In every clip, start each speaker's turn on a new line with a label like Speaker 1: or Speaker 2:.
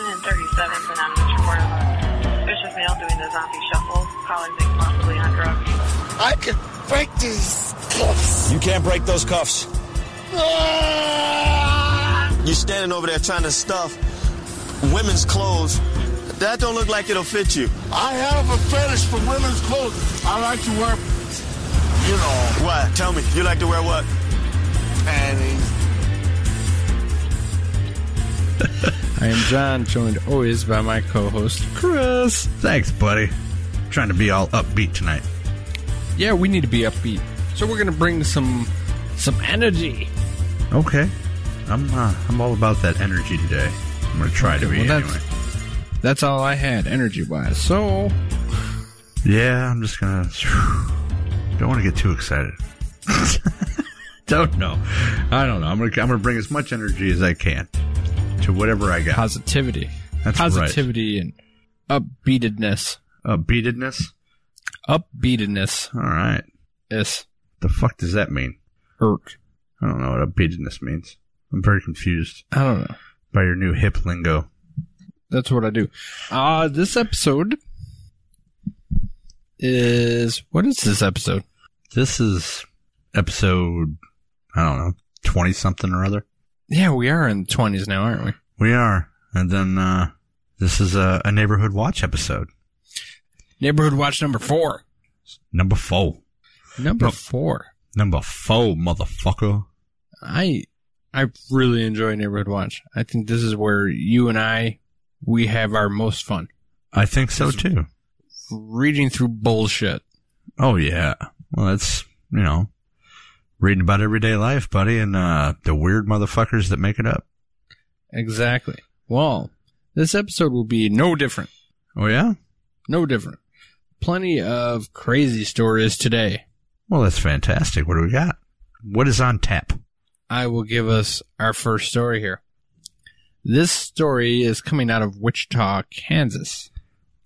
Speaker 1: seventh, and I'm just part of a vicious male doing the zombie shuffle, calling things possibly on drugs.
Speaker 2: I can break these cuffs.
Speaker 3: You can't break those cuffs.
Speaker 2: Ah!
Speaker 4: You standing over there trying to stuff women's clothes. That don't look like it'll fit you.
Speaker 2: I have a fetish for women's clothes. I like to wear, you know,
Speaker 4: Why? Tell me. You like to wear what?
Speaker 2: panties.
Speaker 5: I am John, joined always by my co-host Chris.
Speaker 6: Thanks, buddy. Trying to be all upbeat tonight.
Speaker 5: Yeah, we need to be upbeat, so we're gonna bring some some energy.
Speaker 6: Okay. I'm uh, I'm all about that energy today. I'm gonna try to
Speaker 5: Okay,
Speaker 6: be
Speaker 5: well, that's-
Speaker 6: anyway.
Speaker 5: That's all I had, energy-wise. So
Speaker 6: Yeah, I'm just gonna. Don't want to get too excited. don't know. I don't know. I'm gonna I'm gonna bring as much energy as I can to whatever I got.
Speaker 5: positivity,
Speaker 6: That's right.
Speaker 5: positivity, and upbeatedness,
Speaker 6: Upbeatedness.
Speaker 5: upbeatedness
Speaker 6: All right.
Speaker 5: is
Speaker 6: The fuck does that mean?
Speaker 5: irk.
Speaker 6: I don't know what upbeatedness means. I'm very confused
Speaker 5: I don't know.
Speaker 6: by your new hip lingo.
Speaker 5: That's what I do. Uh this episode is what is this episode?
Speaker 6: This is episode I don't know twenty something or other.
Speaker 5: Yeah, we are in the twenties now, aren't we?
Speaker 6: We are, and then uh, this is a, a neighborhood watch episode
Speaker 5: Neighborhood Watch number four.
Speaker 6: number four.
Speaker 5: Number
Speaker 6: Nope.
Speaker 5: four.
Speaker 6: Number four, motherfucker.
Speaker 5: I I really enjoy Neighborhood Watch. I think this is where you and I we have our most fun
Speaker 6: I think so too.
Speaker 5: reading through bullshit.
Speaker 6: Oh yeah. Well, that's you know, reading about everyday life, buddy, and uh, the weird motherfuckers that make it up.
Speaker 5: Exactly. Well, this episode will be no different.
Speaker 6: Oh yeah.
Speaker 5: No different. Plenty of crazy stories today.
Speaker 6: Well, that's fantastic. What do we got? What is on tap?
Speaker 5: I will give us our first story here. This story is coming out of Wichita, Kansas.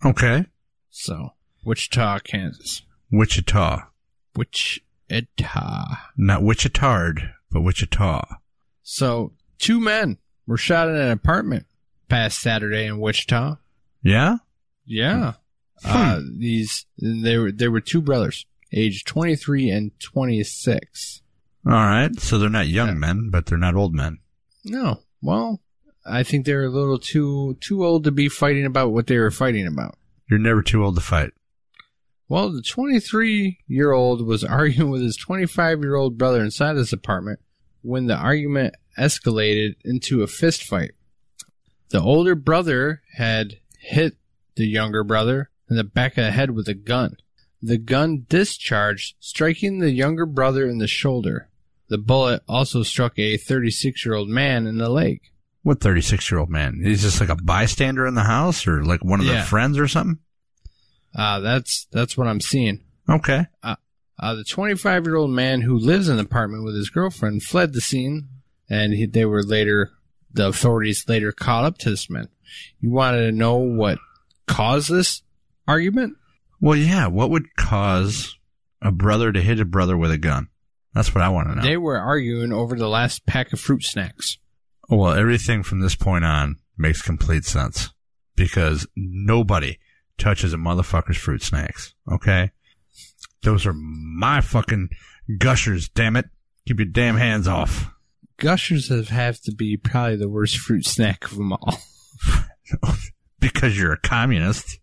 Speaker 6: Okay.
Speaker 5: So, Wichita, Kansas.
Speaker 6: Wichita,
Speaker 5: Wichita.
Speaker 6: not Wichitard, but Wichita.
Speaker 5: So, two men were shot in an apartment past Saturday in Wichita.
Speaker 6: Yeah.
Speaker 5: Yeah. Uh, these they were they were two brothers, aged 23 and 26.
Speaker 6: All right. So they're not young
Speaker 5: Yeah.
Speaker 6: men, but they're not old men.
Speaker 5: No, well, I think they're a little too too old to be fighting about what they were fighting about.
Speaker 6: You're never too old to fight.
Speaker 5: Well, the 23 year old was arguing with his 25 year old brother inside his apartment when the argument escalated into a fist fight. The older brother had hit the younger brother in the back of the head with a gun. The gun discharged, striking the younger brother in the shoulder. The bullet also struck a 36 year old man in the leg.
Speaker 6: What 36 year old man? He's just like a bystander in the house or like one of
Speaker 5: Yeah.
Speaker 6: their friends or something?
Speaker 5: Ah, that's, that's what I'm seeing.
Speaker 6: Okay.
Speaker 5: Uh, the 25 year old man who lives in the apartment with his girlfriend fled the scene, and he, they were later, the authorities later caught up to this man. You wanted to know what caused this argument?
Speaker 6: Well, yeah. What would cause a brother to hit a brother with a gun? That's what I want to know.
Speaker 5: They were arguing over the last pack of fruit snacks.
Speaker 6: well, everything from this point on makes complete sense because nobody touches a motherfucker's fruit snacks. Okay. Those are my fucking gushers, damn it. Keep your damn hands off.
Speaker 5: Gushers have, have to be probably the worst fruit snack of them all.
Speaker 6: because you're a communist.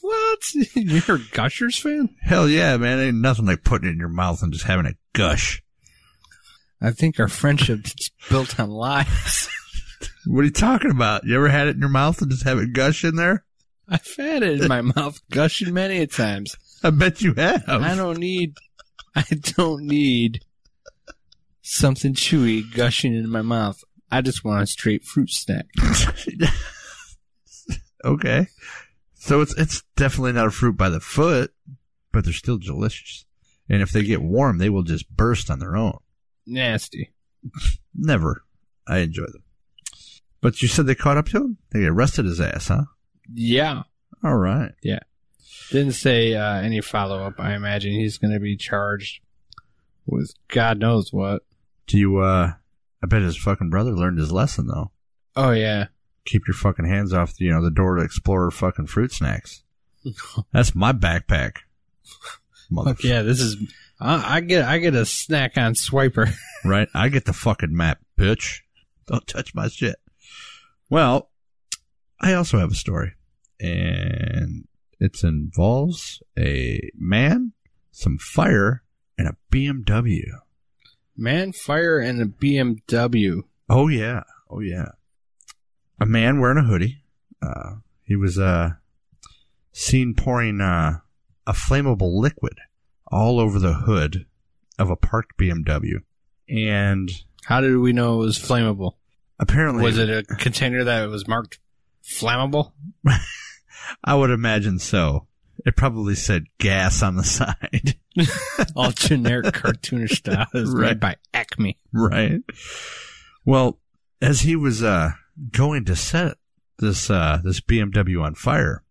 Speaker 5: what? You're a Gushers fan?
Speaker 6: Hell yeah, man. Ain't nothing like putting it in your mouth and just having a gush.
Speaker 5: I think our friendship is built on lies.
Speaker 6: What are you talking about? You ever had it in your mouth and just have it gush in there?
Speaker 5: I've had it in my mouth gushing many a times.
Speaker 6: I bet you have.
Speaker 5: I don't need. I don't need something chewy gushing into my mouth. I just want a straight fruit snack.
Speaker 6: okay. So it's it's definitely not a fruit by the foot, but they're still delicious. And if they get warm, they will just burst on their own.
Speaker 5: Nasty.
Speaker 6: Never. I enjoy them. But you said they caught up to him? They arrested his ass, huh?
Speaker 5: Yeah.
Speaker 6: All right.
Speaker 5: Didn't say uh, any follow up. I imagine he's going to be charged with God knows what.
Speaker 6: Do you, uh, I bet his fucking brother learned his lesson, though.
Speaker 5: Oh yeah.
Speaker 6: keep your fucking hands off, you know, the door to Explorer fucking fruit snacks. That's my backpack. Mother,
Speaker 5: Fuck yeah, this is. I, I get I get a snack on Swiper.
Speaker 6: right? I get the fucking map, bitch. Don't touch my shit. Well, I also have a story, and it involves a man, some fire, and a BMW.
Speaker 5: Man, fire and the BMW.
Speaker 6: Oh yeah, oh yeah. A man wearing a hoodie. Uh, he was uh, seen pouring uh, a flammable liquid all over the hood of a parked BMW, and
Speaker 5: How did we know it was flammable?
Speaker 6: apparently,
Speaker 5: Was it a container that was marked flammable?
Speaker 6: I would imagine so. It probably said gas on the side,
Speaker 5: All generic cartoonish style is
Speaker 6: Right.
Speaker 5: made by Acme.
Speaker 6: right? Well, as he was uh, going to set this uh, this BMW on fire,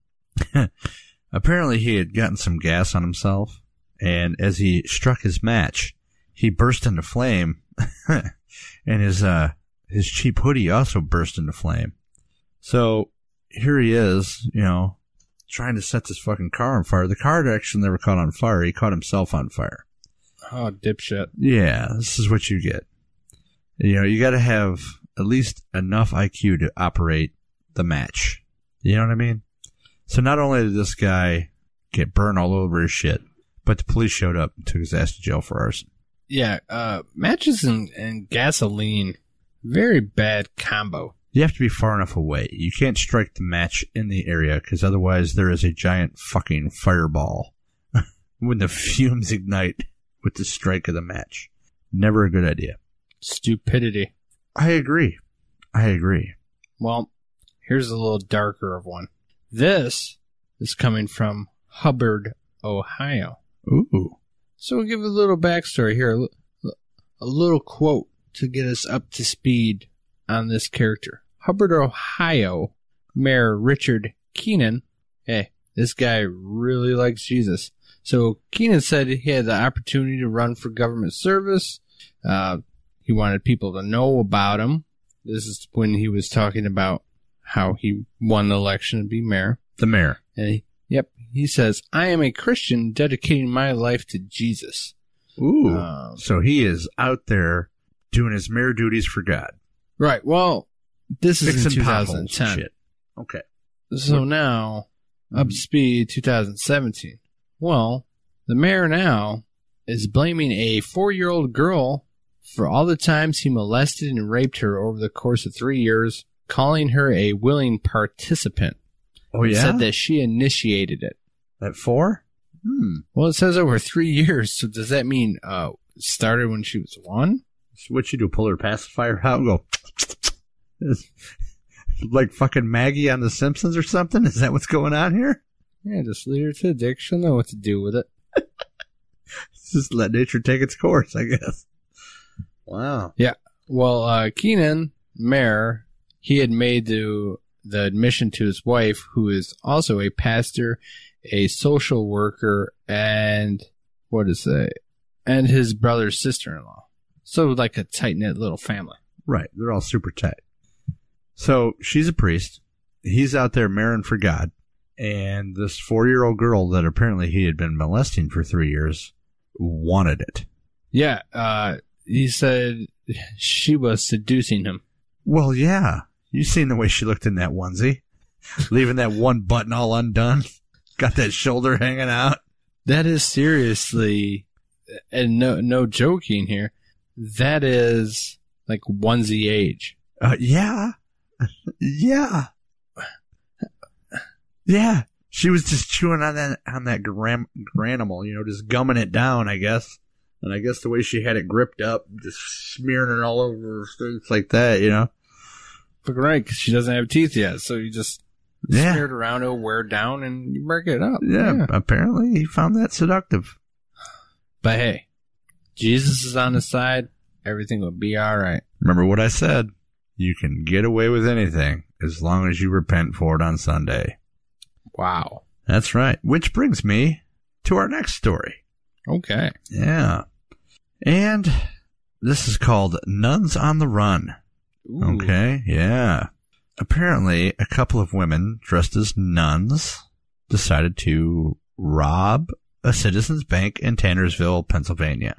Speaker 6: apparently he had gotten some gas on himself, and as he struck his match, he burst into flame, and his uh, his cheap hoodie also burst into flame. So here he is, you know, trying to set this fucking car on fire. The car actually never caught on fire; he caught himself on fire.
Speaker 5: Oh, dipshit.
Speaker 6: Yeah, this is what you get. You know, you got to have at least enough IQ to operate the match. You know what I mean? So not only did this guy get burned all over his shit, but the police showed up and took his ass to jail for arson.
Speaker 5: Yeah, uh, matches and, and gasoline, very bad combo.
Speaker 6: You have to be far enough away. You can't strike the match in the area because otherwise there is a giant fucking fireball when the fumes ignite with the strike of the match. Never a good idea.
Speaker 5: Stupidity.
Speaker 6: I agree. I agree.
Speaker 5: Well, here's a little darker of one. This is coming from Hubbard, Ohio.
Speaker 6: Ooh.
Speaker 5: So we'll give a little backstory here, a li- a little quote to get us up to speed on this character. Hubbard, Ohio Mayor Richard Keenan. Hey, this guy really likes Jesus. So Keenan said he had the opportunity to run for government service. Uh, he wanted people to know about him. This is when he was talking about how he won the election to be mayor.
Speaker 6: The mayor.
Speaker 5: And he, yep, he says, I am a Christian dedicating my life to Jesus.
Speaker 6: Ooh.
Speaker 5: Um,
Speaker 6: so he is out there doing his mayor duties for God.
Speaker 5: right. Well, this is in
Speaker 6: Fixing potholes and
Speaker 5: 2010.
Speaker 6: shit. Okay.
Speaker 5: So now, up to speed 2017. Well, the mayor now is blaming a four year old girl for all the times he molested and raped her over the course of three years, calling her a willing participant.
Speaker 6: Oh,
Speaker 5: He
Speaker 6: yeah?
Speaker 5: Said that she initiated it.
Speaker 6: At four? Hmm.
Speaker 5: Well, it says over three years, so does that mean uh it started when she was one?
Speaker 6: So what you do? Pull her pacifier out and go, It's like fucking Maggie on The Simpsons or something? Is that what's going on here?
Speaker 5: Yeah, just lead her to the dick. She'll know what to do with it.
Speaker 6: It's just let nature take its course, I guess. Wow.
Speaker 5: Well, uh, Keenan Mayer, he had made the the admission to his wife, who is also a pastor, a social worker, and what is that? And his brother's sister in law. So like a tight knit little family.
Speaker 6: Right. They're all super tight. So she's a priest. He's out there marrying for God. And this four year old girl that apparently he had been molesting for three years wanted it.
Speaker 5: Yeah, uh, he said she was seducing him.
Speaker 6: Well, yeah. You seen the way she looked in that onesie, leaving that one button all undone, got that shoulder hanging out.
Speaker 5: That is seriously, and no no joking here. That is like onesie age.
Speaker 6: Uh, yeah. yeah. Yeah. She was just chewing on that on that gram, granimal, you know, just gumming it down, I guess. And I guess the way she had it gripped up, just smearing it all over her face like that, you know.
Speaker 5: Fucking right, 'cause she doesn't have teeth yet, so you just
Speaker 6: Yeah.
Speaker 5: smeared around, it'll wear down, and you break it up.
Speaker 6: Yeah, apparently he found that seductive.
Speaker 5: But hey, Jesus is on the side. Everything will be all right.
Speaker 6: Remember what I said. You can get away with anything as long as you repent for it on Sunday.
Speaker 5: Wow.
Speaker 6: That's right. Which brings me to our next story.
Speaker 5: Okay.
Speaker 6: Yeah. And this is called Nuns on the Run.
Speaker 5: Ooh.
Speaker 6: Okay. Yeah. apparently a couple of women dressed as nuns decided to rob a citizens bank in Tannersville, Pennsylvania.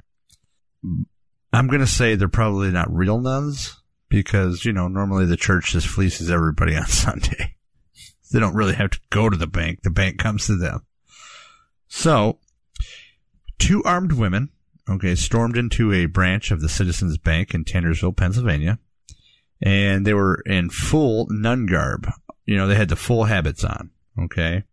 Speaker 6: I'm going to say they're probably not real nuns because, you know, normally the church just fleeces everybody on Sunday. They don't really have to go to the bank. The bank comes to them. So, two armed women, okay, stormed into a branch of the Citizens Bank in Tannersville, Pennsylvania, and they were in full nun garb. You know, they had the full habits on, okay?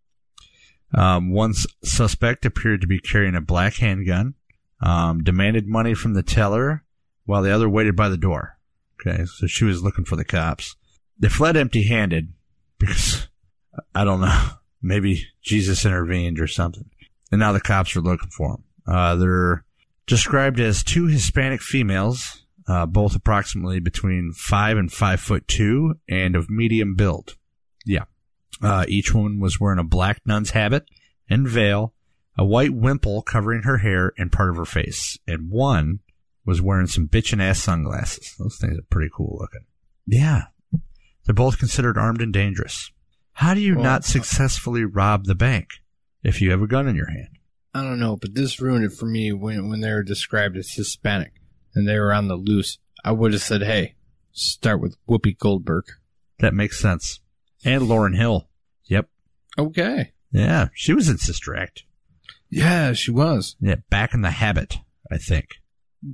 Speaker 6: Um, one s- suspect appeared to be carrying a black handgun, um, demanded money from the teller, while the other waited by the door. Okay, so she was looking for the cops. They fled empty handed because, I don't know, maybe Jesus intervened or something and now the cops are looking for them. Uh, they're described as two Hispanic females, uh, both approximately between five and five foot two, and of medium build. Yeah, uh, each woman was wearing a black nun's habit and veil, a white wimple covering her hair and part of her face, and one was wearing some bitchin' ass sunglasses. Those things are pretty cool looking. Yeah, they're both considered armed and dangerous. How do you
Speaker 5: Well,
Speaker 6: not successfully rob the bank if you have a gun in your hand?
Speaker 5: I don't know, but this ruined it for me when when they were described as Hispanic and they were on the loose. I would have said, "Hey, start with Whoopi Goldberg."
Speaker 6: That makes sense. And Lauren Hill. Yep.
Speaker 5: Okay.
Speaker 6: Yeah, she was in Sister Act.
Speaker 5: Yeah, she was.
Speaker 6: Yeah, back in the habit, I think.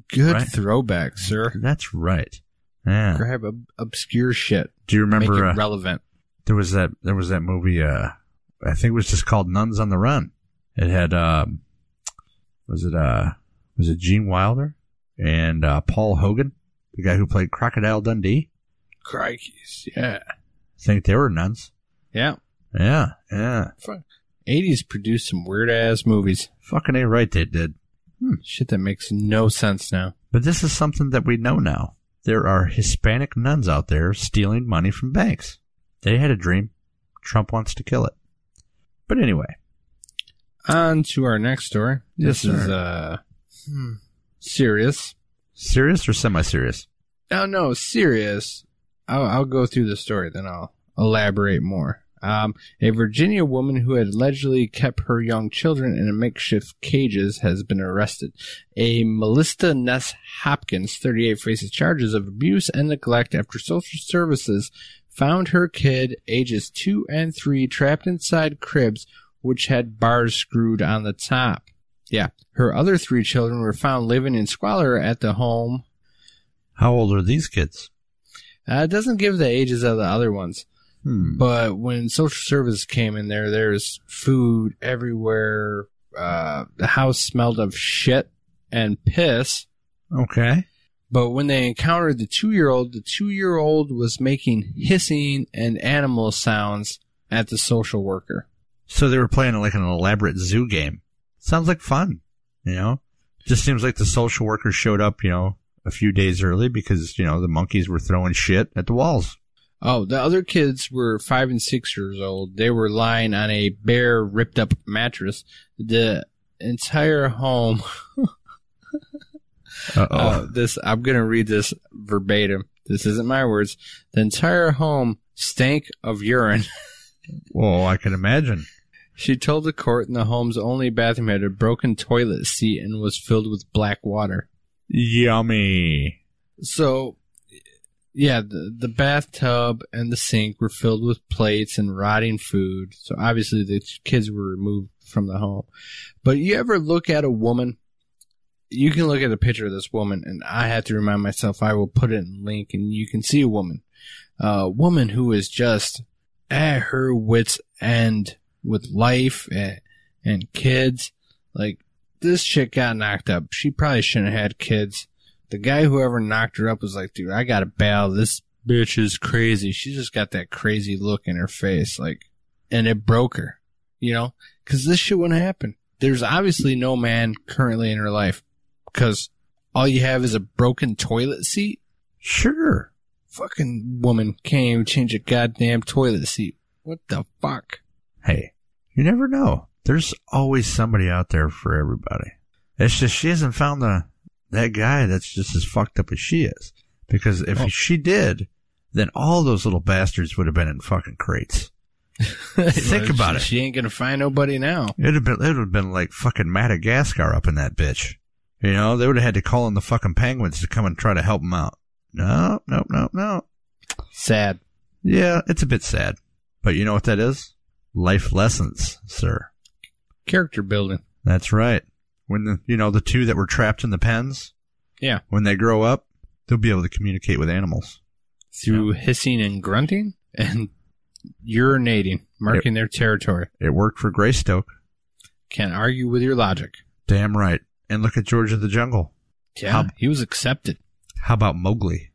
Speaker 5: Good
Speaker 6: Right.
Speaker 5: throwback, sir.
Speaker 6: That's right. Yeah.
Speaker 5: Grab ob- obscure shit,
Speaker 6: Do you remember
Speaker 5: make
Speaker 6: uh,
Speaker 5: it relevant.
Speaker 6: there was that there was that movie uh I think it was just called Nuns on the Run. It had um was it uh was it Gene Wilder and uh Paul Hogan, the guy who played Crocodile Dundee?
Speaker 5: Crikey's, yeah,
Speaker 6: I think they were nuns.
Speaker 5: yeah.
Speaker 6: Yeah, yeah.
Speaker 5: Eighties produced some weird ass movies.
Speaker 6: Fucking A right they did.
Speaker 5: Shit that makes no sense now.
Speaker 6: But this is something that we know now. There are Hispanic nuns out there stealing money from banks. They had a dream. Trump wants to kill it. But anyway,
Speaker 5: On to our next story.
Speaker 6: Yes,
Speaker 5: this is
Speaker 6: sir.
Speaker 5: uh hmm, serious.
Speaker 6: serious or semi serious?
Speaker 5: No, Oh, no, serious. I'll, I'll go through the story, then I'll elaborate more. Um, a Virginia woman who had allegedly kept her young children in a makeshift cages has been arrested. A Melissa Ness Hopkins, 38, faces charges of abuse and neglect after social services found her kid, ages two and three, trapped inside cribs which had bars screwed on the top. Yeah, her other three children were found living in squalor at the home
Speaker 6: How old are these kids?
Speaker 5: uh, it doesn't give the ages of the other ones,
Speaker 6: Hmm.
Speaker 5: but when social service came in there, there's food everywhere. Uh, the house smelled of shit and piss.
Speaker 6: Okay.
Speaker 5: But when they encountered the two year old, the two year old was making hissing and animal sounds at the social worker.
Speaker 6: So they were playing like an elaborate zoo game. Sounds like fun, you know? Just seems like the social workers showed up, you know, a few days early because, you know, the monkeys were throwing shit at the walls.
Speaker 5: Oh, the other kids were five and six years old. They were lying on a bare, ripped up mattress. The entire home
Speaker 6: Uh-oh.
Speaker 5: Uh, this I'm gonna read this verbatim. This isn't my words. The entire home stank of urine.
Speaker 6: Well, I can imagine.
Speaker 5: She told the court in the home's only bathroom had a broken toilet seat and was filled with black water.
Speaker 6: Yummy.
Speaker 5: So, yeah, the, the bathtub and the sink were filled with plates and rotting food. So obviously the kids were removed from the home. But you ever look at a woman? You can look at a picture of this woman, and I have to remind myself. I will put it in link, and you can see a woman, a woman who is just at her wits' end with life and, and kids. Like this chick got knocked up. She probably shouldn't have had kids the guy whoever knocked her up was like, dude, I gotta bail. This bitch is crazy. She just got that crazy look in her face, like, and it broke her, you know, because this shit wouldn't happen. There's obviously no man currently in her life because all you have is a broken toilet seat.
Speaker 6: Sure.
Speaker 5: Fucking woman can't even change a goddamn toilet seat. What the fuck?
Speaker 6: Hey, you never know. There's always somebody out there for everybody. It's just she hasn't found the that guy that's just as fucked up as she is. Because if
Speaker 5: Oh.
Speaker 6: she did, then all those little bastards would have been in fucking crates. Think about it.
Speaker 5: She ain't gonna find nobody now.
Speaker 6: It'd have been it would have been like fucking Madagascar up in that bitch. You know, they would have had to call in the fucking penguins to come and try to help them out. No, no, no, no.
Speaker 5: Sad.
Speaker 6: Yeah, it's a bit sad. But you know what that is? Life lessons, sir.
Speaker 5: Character building.
Speaker 6: That's right. When the you know, the two that were trapped in the pens,
Speaker 5: Yeah.
Speaker 6: when they grow up, they'll be able to communicate with animals.
Speaker 5: Through hissing and grunting and urinating, marking their territory.
Speaker 6: It worked for Greystoke.
Speaker 5: Can't argue with your logic.
Speaker 6: Damn right. And look at George of the Jungle.
Speaker 5: Yeah.
Speaker 6: How-
Speaker 5: he was accepted.
Speaker 6: How about Mowgli?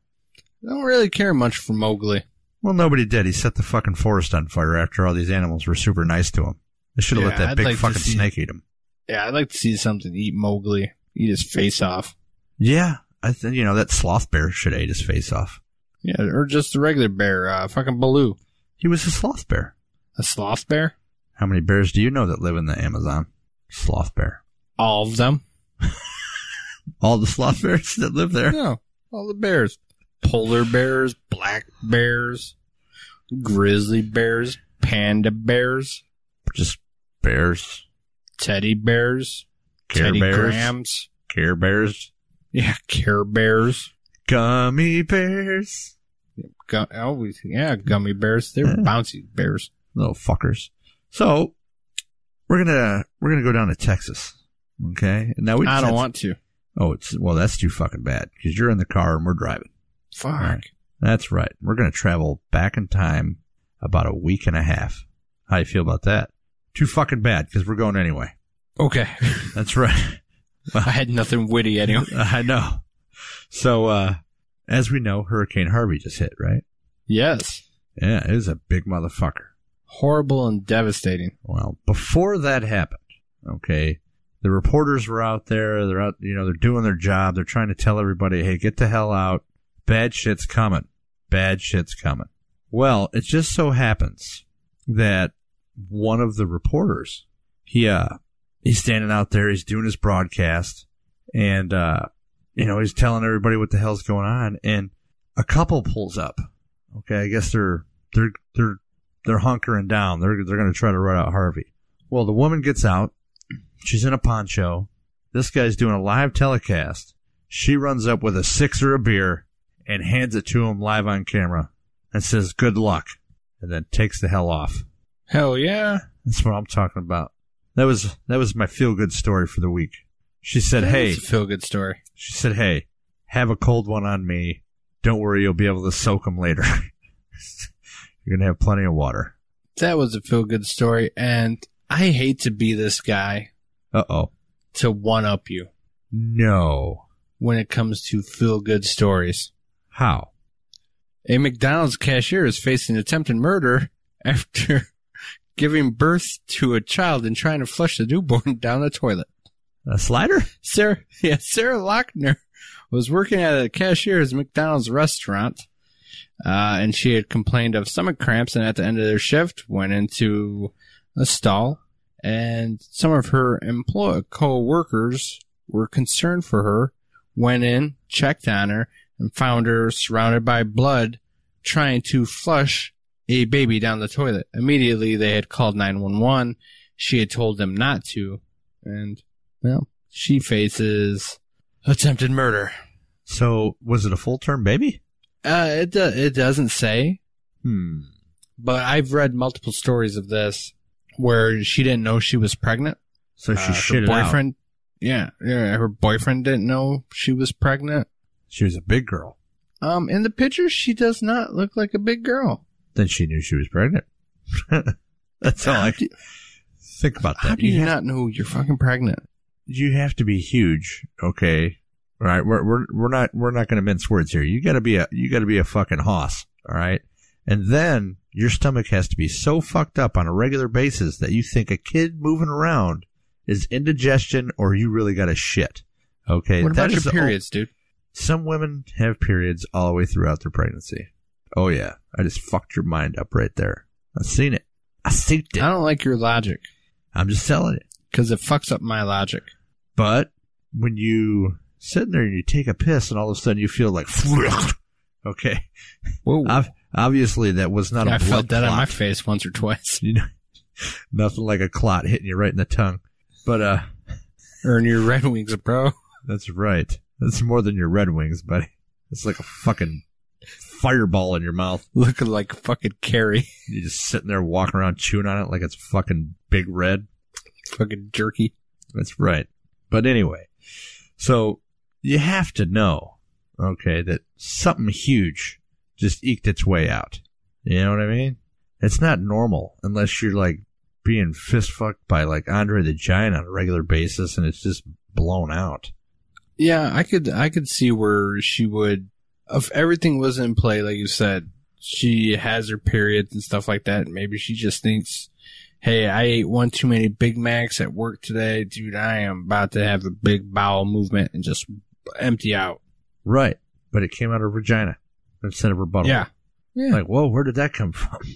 Speaker 5: I don't really care much for Mowgli.
Speaker 6: Well, nobody did. He set the fucking forest on fire after all these animals were super nice to him. They should have
Speaker 5: Yeah,
Speaker 6: let that
Speaker 5: I'd
Speaker 6: big
Speaker 5: like to
Speaker 6: fucking
Speaker 5: see-
Speaker 6: snake eat him.
Speaker 5: Yeah, I'd like to see something eat Mowgli. Eat his face off.
Speaker 6: Yeah, I think you know that sloth bear should have ate his face off.
Speaker 5: Yeah, or just the regular bear, uh, fucking Baloo.
Speaker 6: He was a sloth bear.
Speaker 5: A sloth bear?
Speaker 6: How many bears do you know that live in the Amazon? Sloth bear.
Speaker 5: All of them?
Speaker 6: All the sloth bears that live there.
Speaker 5: No, all the bears. Polar bears, black bears, grizzly bears, panda bears,
Speaker 6: Just bears.
Speaker 5: teddy bears,
Speaker 6: Care
Speaker 5: teddy
Speaker 6: bears.
Speaker 5: grams.
Speaker 6: Care bears.
Speaker 5: Yeah, care bears.
Speaker 6: Gummy bears.
Speaker 5: Gu- oh, yeah, gummy bears. They're
Speaker 6: Yeah.
Speaker 5: bouncy bears.
Speaker 6: little fuckers. So we're gonna we're gonna go down to Texas. Okay. Now we
Speaker 5: I don't
Speaker 6: that's-
Speaker 5: want to.
Speaker 6: Oh, it's well, that's too fucking bad because you're in the car and we're driving.
Speaker 5: Fuck.
Speaker 6: Alright. That's right. We're gonna travel back in time about a week and a half. How you feel about that? Too fucking bad because we're going anyway.
Speaker 5: Okay.
Speaker 6: That's right.
Speaker 5: I had nothing witty anyway.
Speaker 6: I know. So uh as we know, Hurricane Harvey just hit, right?
Speaker 5: Yes.
Speaker 6: Yeah, it was a big motherfucker.
Speaker 5: Horrible and devastating.
Speaker 6: Well, before that happened, okay, the reporters were out there. They're out, you know, they're doing their job. They're trying to tell everybody, hey, get the hell out. Bad shit's coming. Bad shit's coming. Well, it just so happens that one of the reporters, he, uh, he's standing out there. He's doing his broadcast and, uh, you know, he's telling everybody what the hell's going on. And a couple pulls up. Okay. I guess they're, they're, they're they're hunkering down. They're they're going to try to run out Harvey. Well, the woman gets out. She's in a poncho. This guy's doing a live telecast. She runs up with a sixer of beer and hands it to him live on camera and says, "Good luck," and then takes the hell off.
Speaker 5: Hell yeah.
Speaker 6: That's what I'm talking about. That was that was my feel good story for the week. She said, "Hey,
Speaker 5: It's a feel good story.
Speaker 6: she said, "Hey, have a cold one on me. Don't worry, you'll be able to soak them later. You're gonna have plenty of water."
Speaker 5: That was a feel good story. And I hate to be this guy
Speaker 6: Uh oh.
Speaker 5: to one up you
Speaker 6: No.
Speaker 5: when it comes to feel good stories.
Speaker 6: How?
Speaker 5: A McDonald's cashier is facing attempted murder after giving birth to a child and trying to flush the newborn down the toilet.
Speaker 6: A slider?
Speaker 5: Sarah, yeah, Sarah Lochner was working at a cashier's McDonald's restaurant, uh, and she had complained of stomach cramps. And at the end of their shift, went into a stall, and some of her employ co-workers were concerned for her. Went in, checked on her, and found her surrounded by blood, trying to flush a baby down the toilet. Immediately, they had called nine one one. She had told them not to, and well, she faces attempted murder.
Speaker 6: So was it a full term baby?
Speaker 5: Uh, it do- it doesn't say,
Speaker 6: Hmm.
Speaker 5: but I've read multiple stories of this where she didn't know she was pregnant.
Speaker 6: So she
Speaker 5: Uh,
Speaker 6: shit
Speaker 5: her
Speaker 6: it out.
Speaker 5: boyfriend. Yeah, yeah, her boyfriend didn't know she was pregnant.
Speaker 6: She was a big girl.
Speaker 5: Um, in the picture, she does not look like a big girl.
Speaker 6: Then she knew she was pregnant. That's all I can think about
Speaker 5: How
Speaker 6: that.
Speaker 5: do you
Speaker 6: You, ha-
Speaker 5: not know you're fucking pregnant?
Speaker 6: you have to be huge, okay? All right, we're we're we're not we're not going to mince words here. You got to be a you got to be a fucking hoss, all right? And then your stomach has to be so fucked up on a regular basis that you think a kid moving around is indigestion or you really got to shit. Okay,
Speaker 5: what
Speaker 6: That
Speaker 5: about
Speaker 6: is
Speaker 5: your
Speaker 6: the ul-
Speaker 5: periods, dude?
Speaker 6: Some women have periods all the way throughout their pregnancy. Oh yeah, I just fucked your mind up right there. I've seen it. I seen
Speaker 5: I
Speaker 6: it.
Speaker 5: don't like your logic
Speaker 6: I'm just telling it.
Speaker 5: because it fucks up my logic.
Speaker 6: But when you sit there and you take a piss, and all of a sudden you feel like, Okay.
Speaker 5: Whoa.
Speaker 6: Ob- obviously, that was not
Speaker 5: I
Speaker 6: a blood
Speaker 5: felt that on my
Speaker 6: clot.
Speaker 5: face once or twice.
Speaker 6: You know, nothing like a clot hitting you right in the tongue. But uh,
Speaker 5: Earn your Red Wings, bro.
Speaker 6: that's right. That's more than your Red Wings, buddy. It's like a fucking fireball in your mouth.
Speaker 5: Looking like fucking Carrie.
Speaker 6: You're just sitting there walking around chewing on it like it's fucking big red.
Speaker 5: fucking jerky.
Speaker 6: That's right. But anyway, so you have to know, okay, that something huge just eked its way out. You know what I mean? It's not normal unless you're like being fist fucked by like Andre the Giant on a regular basis and it's just blown out.
Speaker 5: Yeah, I could I could see where she would if everything was in play, like you said, she has her periods and stuff like that. and Maybe she just thinks, Hey, I ate one too many Big Macs at work today, dude, I am about to have a big bowel movement and just empty out.
Speaker 6: Right. But it came out of her vagina instead of her butthole.
Speaker 5: Yeah. Yeah.
Speaker 6: Like, whoa, where did that come from?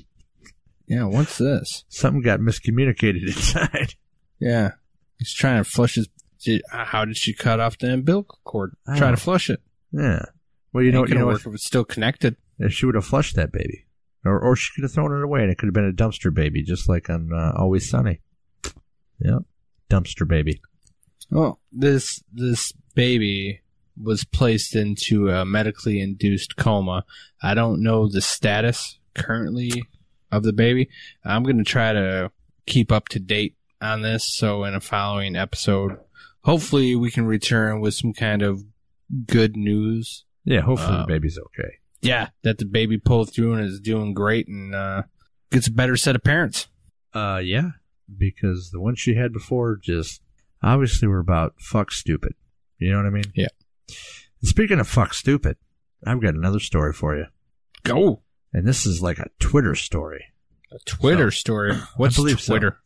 Speaker 5: yeah, what's this?
Speaker 6: Something got miscommunicated inside.
Speaker 5: Yeah. He's trying to flush his she, how did she cut off the umbilical cord?
Speaker 6: I
Speaker 5: Try to
Speaker 6: don't-
Speaker 5: flush it.
Speaker 6: Yeah. Well, you know,
Speaker 5: Ain't
Speaker 6: you
Speaker 5: gonna
Speaker 6: know what?
Speaker 5: work if it's still connected.
Speaker 6: if she would have flushed that baby, or or she could have thrown it away, and it could have been a dumpster baby, just like on uh, Always Sunny. Yep, dumpster baby.
Speaker 5: Well, this this baby was placed into a medically induced coma. I don't know the status currently of the baby. I'm going to try to keep up to date on this so in a following episode, hopefully we can return with some kind of good news.
Speaker 6: Yeah, hopefully
Speaker 5: Wow.
Speaker 6: the baby's okay.
Speaker 5: Yeah, that the baby pulled through and is doing great and uh gets a better set of parents.
Speaker 6: Uh, yeah, because the one she had before just obviously were about fuck stupid. You know what I mean?
Speaker 5: Yeah.
Speaker 6: And speaking of fuck stupid, I've got another story for you,
Speaker 5: Go.
Speaker 6: and this is like a Twitter story.
Speaker 5: A Twitter story. What's
Speaker 6: believe so.
Speaker 5: Twitter?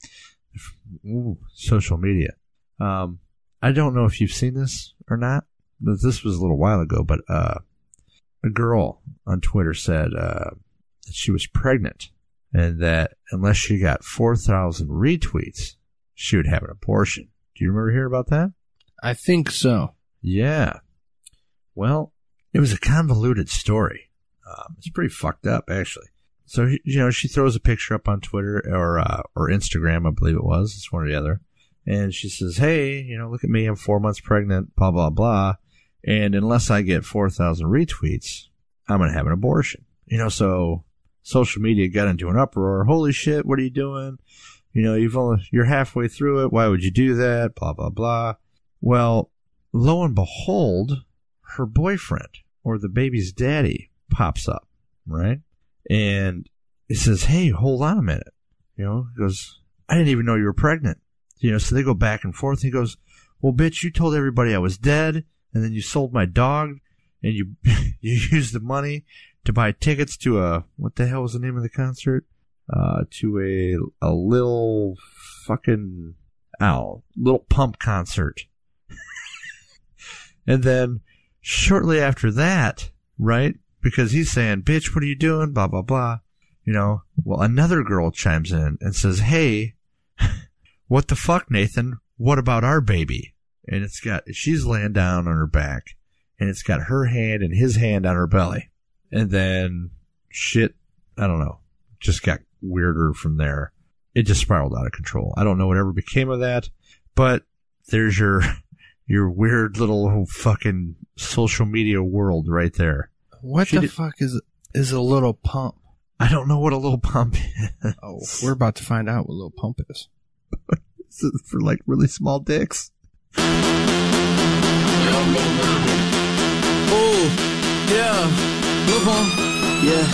Speaker 6: Ooh, social media. Um, I don't know if you've seen this or not. But this was a little while ago, but uh, a girl on Twitter said uh, that she was pregnant and that unless she got 4,000 retweets, she would have an abortion. Do you remember hearing about that?
Speaker 5: I think so.
Speaker 6: Yeah. Well, it was a convoluted story. Um, it's pretty fucked up, actually. So you know, she throws a picture up on Twitter or uh, or Instagram, I believe it was. It's one or the other. And she says, "Hey, you know, look at me. I'm four months pregnant. Blah blah blah. And unless I get four thousand retweets, I'm gonna have an abortion." You know, so social media got into an uproar. Holy shit! What are you doing? You know, you've only you're halfway through it. Why would you do that? Blah blah blah. Well, lo and behold, her boyfriend or the baby's daddy pops up, right? And he says, Hey, hold on a minute. You know, he goes, I didn't even know you were pregnant. You know, so they go back and forth. He goes, Well, bitch, you told everybody I was dead, and then you sold my dog, and you you used the money to buy tickets to a what the hell was the name of the concert? Uh, to a a little fucking ow, little pump concert. And then shortly after that, right? Because he's saying, bitch, what are you doing? Blah, blah, blah. You know, well, another girl chimes in and says, hey, what the fuck, Nathan? What about our baby? And it's got, she's laying down on her back and it's got her hand and his hand on her belly. And then shit, I don't know, just got weirder from there. It just spiraled out of control. I don't know whatever became of that, but there's your your weird little fucking social media world right there.
Speaker 5: What
Speaker 6: She
Speaker 5: the
Speaker 6: did-
Speaker 5: fuck is is a little pump?
Speaker 6: I don't know what a little pump is.
Speaker 5: Oh, we're about to find out what little pump is.
Speaker 6: Is it for like really small dicks.
Speaker 2: Ooh, yeah, look on. Yeah.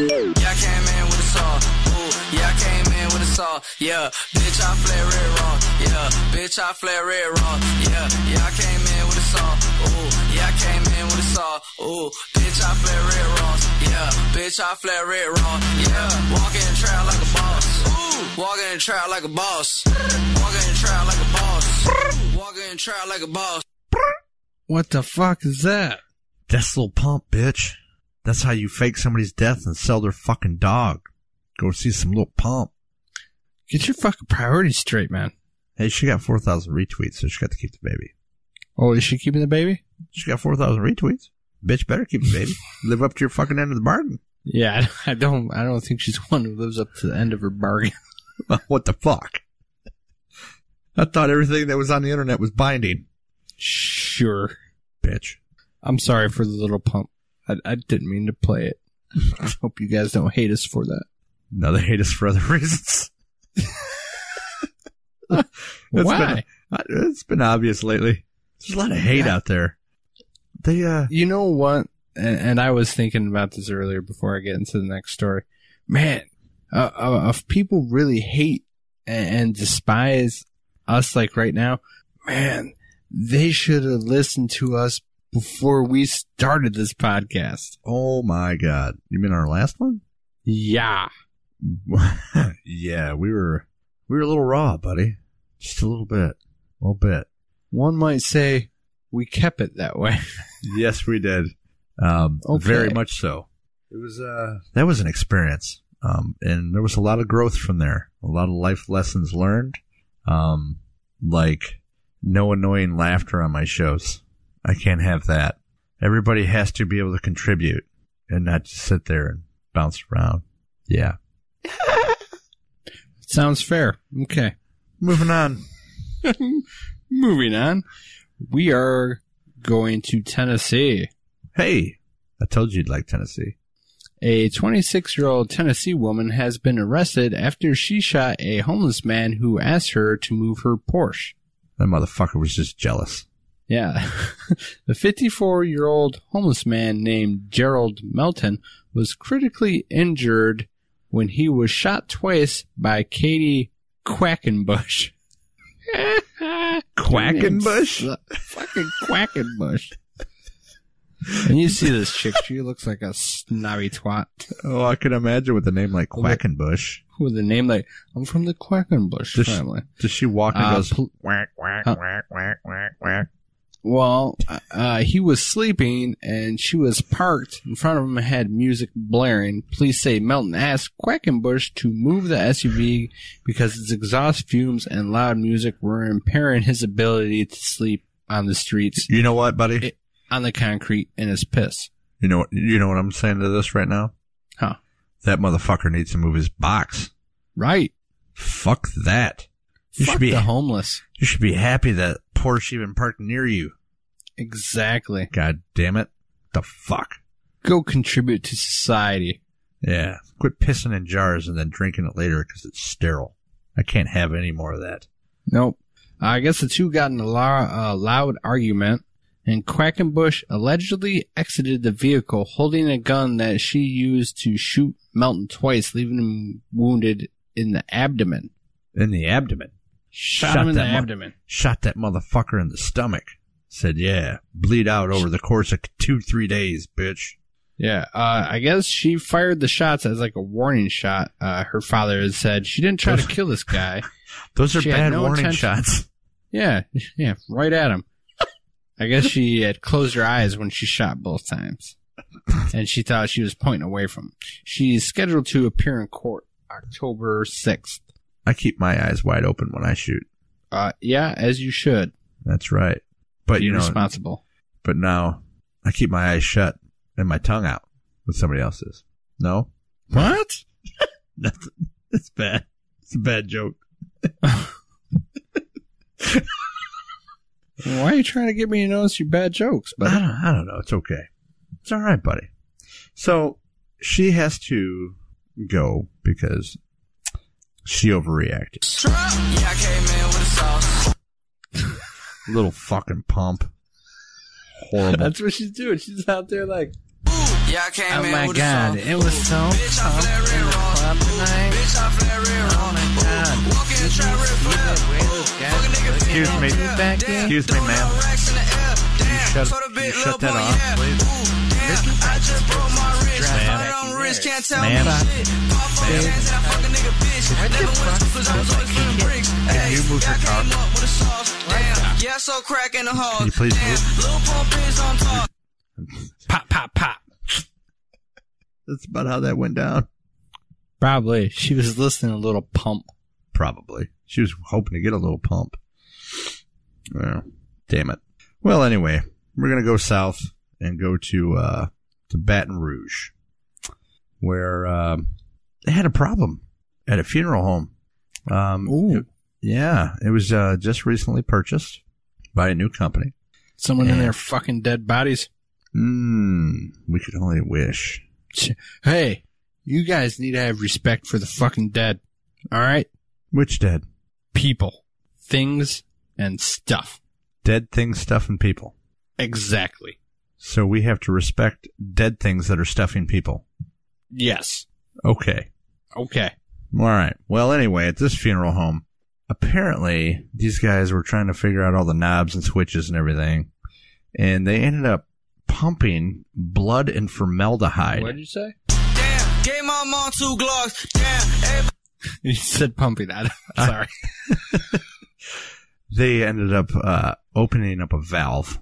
Speaker 3: Yeah, I came in with a saw. Ooh, yeah, I came in with a saw. Yeah, bitch, I flare it raw. Yeah, bitch, I flare it raw. Yeah, yeah, I came in with a saw. Ooh, yeah, I came in with a saw. Ooh, bitch, I flare it raw. Yeah, bitch, I flare it raw. Yeah, walk in the trap like a boss. Ooh, walk in the trap like a boss. Walk in the trap like a boss. Walk in the trap like a boss.
Speaker 5: What the fuck is that?
Speaker 6: That's a little pump, bitch. That's how you fake somebody's death and sell their fucking dog. Go see some little pump.
Speaker 5: Get your fucking priorities straight, man.
Speaker 6: Hey, she got four thousand retweets, so she got to keep the baby.
Speaker 5: Oh, is she keeping the baby?
Speaker 6: She got four thousand retweets. Bitch, better keep it, baby. Live up to your fucking end of the bargain.
Speaker 5: Yeah, I don't. I don't think she's one who lives up to the end of her bargain.
Speaker 6: what the fuck? I thought everything that was on the internet was binding.
Speaker 5: Sure.
Speaker 6: Bitch.
Speaker 5: I'm sorry for the little pump. I, I didn't mean to play it. I hope you guys don't hate us for that.
Speaker 6: No, they hate us for other reasons. That's
Speaker 5: Why?
Speaker 6: been- I- it's been obvious lately. There's a lot of hate out there. They, uh,
Speaker 5: You know what? And, and I was thinking about this earlier before I get into the next story. Man, uh, uh, if people really hate and, and despise us like right now, man, they should have listened to us before we started this podcast.
Speaker 6: oh my god. You mean our last one?
Speaker 5: Yeah.
Speaker 6: yeah, we were, we were a little raw, buddy. Just a little bit. A little bit.
Speaker 5: One might say we kept it that way.
Speaker 6: Yes, we did. Um,
Speaker 5: Okay.
Speaker 6: Very much so. It was uh, that was an experience, um, and there was a lot of growth from there. A lot of life lessons learned, um, like no annoying laughter on my shows. I can't have that. Everybody has to be able to contribute and not just sit there and bounce around. Yeah.
Speaker 5: Sounds fair. Okay.
Speaker 6: Moving on.
Speaker 5: Moving on. We are going to Tennessee.
Speaker 6: Hey, I told you you'd like Tennessee.
Speaker 5: A 26 year old Tennessee woman has been arrested after she shot a homeless man who asked her to move her Porsche.
Speaker 6: That motherfucker was just jealous.
Speaker 5: Yeah. the 54 year old homeless man named Gerald Melton was critically injured when he was shot twice by Katie Quackenbush.
Speaker 6: Quackenbush?
Speaker 5: Her name's su- Fucking Quackenbush. And you see this chick, she looks like a snobby twat
Speaker 6: Oh, I can imagine with a name like
Speaker 5: Well, that-
Speaker 6: Quackenbush.
Speaker 5: with a name like, I'm from the Quackenbush
Speaker 6: Does she-
Speaker 5: family.
Speaker 6: Does she walk and
Speaker 5: Uh,
Speaker 6: goes
Speaker 5: pl-
Speaker 6: whack whack
Speaker 5: uh,
Speaker 6: whack whack whack whack?
Speaker 5: Well, uh, he was sleeping and she was parked in front of him and had music blaring. Police say Melton asked Quackenbush to move the SUV because its exhaust fumes and loud music were impairing his ability to sleep on the streets,
Speaker 6: You know what, buddy?
Speaker 5: It- on the concrete, in his piss.
Speaker 6: you know what? You know what I'm saying to this right now?
Speaker 5: Huh.
Speaker 6: That motherfucker needs to move his box.
Speaker 5: Right.
Speaker 6: Fuck that. You
Speaker 5: Fuck
Speaker 6: should be
Speaker 5: the homeless.
Speaker 6: you should be happy that Porsche even parked near you.
Speaker 5: Exactly.
Speaker 6: God damn it! The fuck.
Speaker 5: Go contribute to society.
Speaker 6: Yeah. Quit pissing in jars and then drinking it later because it's sterile. I can't have any more of that.
Speaker 5: Nope. I guess the two got in a la- uh, loud argument, and Quackenbush allegedly exited the vehicle holding a gun that she used to shoot Melton twice, leaving him wounded in the abdomen.
Speaker 6: In the abdomen.
Speaker 5: Shot,
Speaker 6: Shot
Speaker 5: him in the
Speaker 6: that mu-
Speaker 5: abdomen.
Speaker 6: shot that motherfucker in the stomach. Said, yeah, bleed out over the course of two, three days, bitch.
Speaker 5: Yeah, uh, I guess she fired the shots as like a warning shot. Uh, her father had said she didn't try to kill this guy.
Speaker 6: Those are
Speaker 5: She had
Speaker 6: bad
Speaker 5: no
Speaker 6: warning
Speaker 5: intention-
Speaker 6: shots.
Speaker 5: Yeah, yeah, right at him. I guess she had closed her eyes when she shot both times, and she thought she was pointing away from him. She's scheduled to appear in court October sixth.
Speaker 6: I keep my eyes wide open when I shoot.
Speaker 5: Uh, yeah, as you should.
Speaker 6: That's right. But
Speaker 5: Be
Speaker 6: you know,
Speaker 5: responsible.
Speaker 6: but now I keep my eyes shut and my tongue out when somebody else's. No,
Speaker 5: What?
Speaker 6: nothing. It's bad. It's a bad joke.
Speaker 5: Why are you trying to get me to notice your bad jokes?
Speaker 6: But I
Speaker 5: But
Speaker 6: don't, I don't know. It's okay. It's all right, buddy. So she has to go because she overreacted.
Speaker 3: Trap, yeah, I came in with a sauce.
Speaker 6: little fucking pump. Horrible.
Speaker 5: that's what she's doing. She's out there like,
Speaker 3: Ooh, yeah, I came
Speaker 5: oh
Speaker 3: in
Speaker 5: my
Speaker 3: with
Speaker 5: god,
Speaker 3: a sauce.
Speaker 5: it was so
Speaker 3: Bitch, I
Speaker 5: tough
Speaker 3: flare
Speaker 5: in
Speaker 3: it
Speaker 5: the
Speaker 3: raw.
Speaker 5: club tonight.
Speaker 3: Bitch, I flare it raw.
Speaker 5: God.
Speaker 3: Ooh, Walk in the trap, red flare. Ooh, fuck a nigga,
Speaker 6: Excuse
Speaker 3: bitch,
Speaker 6: me.
Speaker 3: don't care.
Speaker 5: Back
Speaker 3: Damn,
Speaker 6: in. Excuse me,
Speaker 3: throw
Speaker 6: ma'am.
Speaker 3: them racks in the air. Damn,
Speaker 6: shut-
Speaker 3: told a
Speaker 6: you
Speaker 3: big
Speaker 6: shut
Speaker 3: little
Speaker 6: that
Speaker 3: boy,
Speaker 6: off,
Speaker 3: yeah.
Speaker 6: please?
Speaker 3: Ooh, damn, I just broke my wrist. I don't wrist, can't tell me
Speaker 6: Ma'am.
Speaker 3: shit. Pop up hands and I fuck a nigga, bitch. Never went to school 'cause I was always flipping bricks. Hey,
Speaker 6: you move
Speaker 3: yeah, I
Speaker 6: your car?
Speaker 3: came up with a sauce. Damn, yeah, so crack in the hall.
Speaker 6: you please
Speaker 3: Damn,
Speaker 6: move?
Speaker 3: Lil Pump is on top.
Speaker 5: Pop, pop, pop.
Speaker 6: That's about how that went down.
Speaker 5: Probably she was listening to little pump.
Speaker 6: Probably. She was hoping to get a little pump. Well, damn it. Well, anyway, we're going to go south and go to uh, to Baton Rouge, where um, they had a problem at a funeral home. Um,
Speaker 5: Ooh.
Speaker 6: it- yeah, it was uh, just recently purchased by a new company.
Speaker 5: Someone in
Speaker 6: Yeah.
Speaker 5: their fucking dead bodies.
Speaker 6: Mm, we could only wish.
Speaker 5: Hey, you guys need to have respect for the fucking dead. All right?
Speaker 6: Which dead?
Speaker 5: People, things, and stuff.
Speaker 6: Dead things stuffing people.
Speaker 5: Exactly.
Speaker 6: So we have to respect dead things that are stuffing people.
Speaker 5: Yes.
Speaker 6: Okay.
Speaker 5: Okay.
Speaker 6: All right. Well, anyway, at this funeral home, apparently these guys were trying to figure out all the knobs and switches and everything, and they ended up pumping blood and formaldehyde.
Speaker 5: What did you say?
Speaker 3: Damn, gave my mom two glocks. Damn, every-
Speaker 5: You said pumping out. Sorry.
Speaker 6: They ended up uh, opening up a valve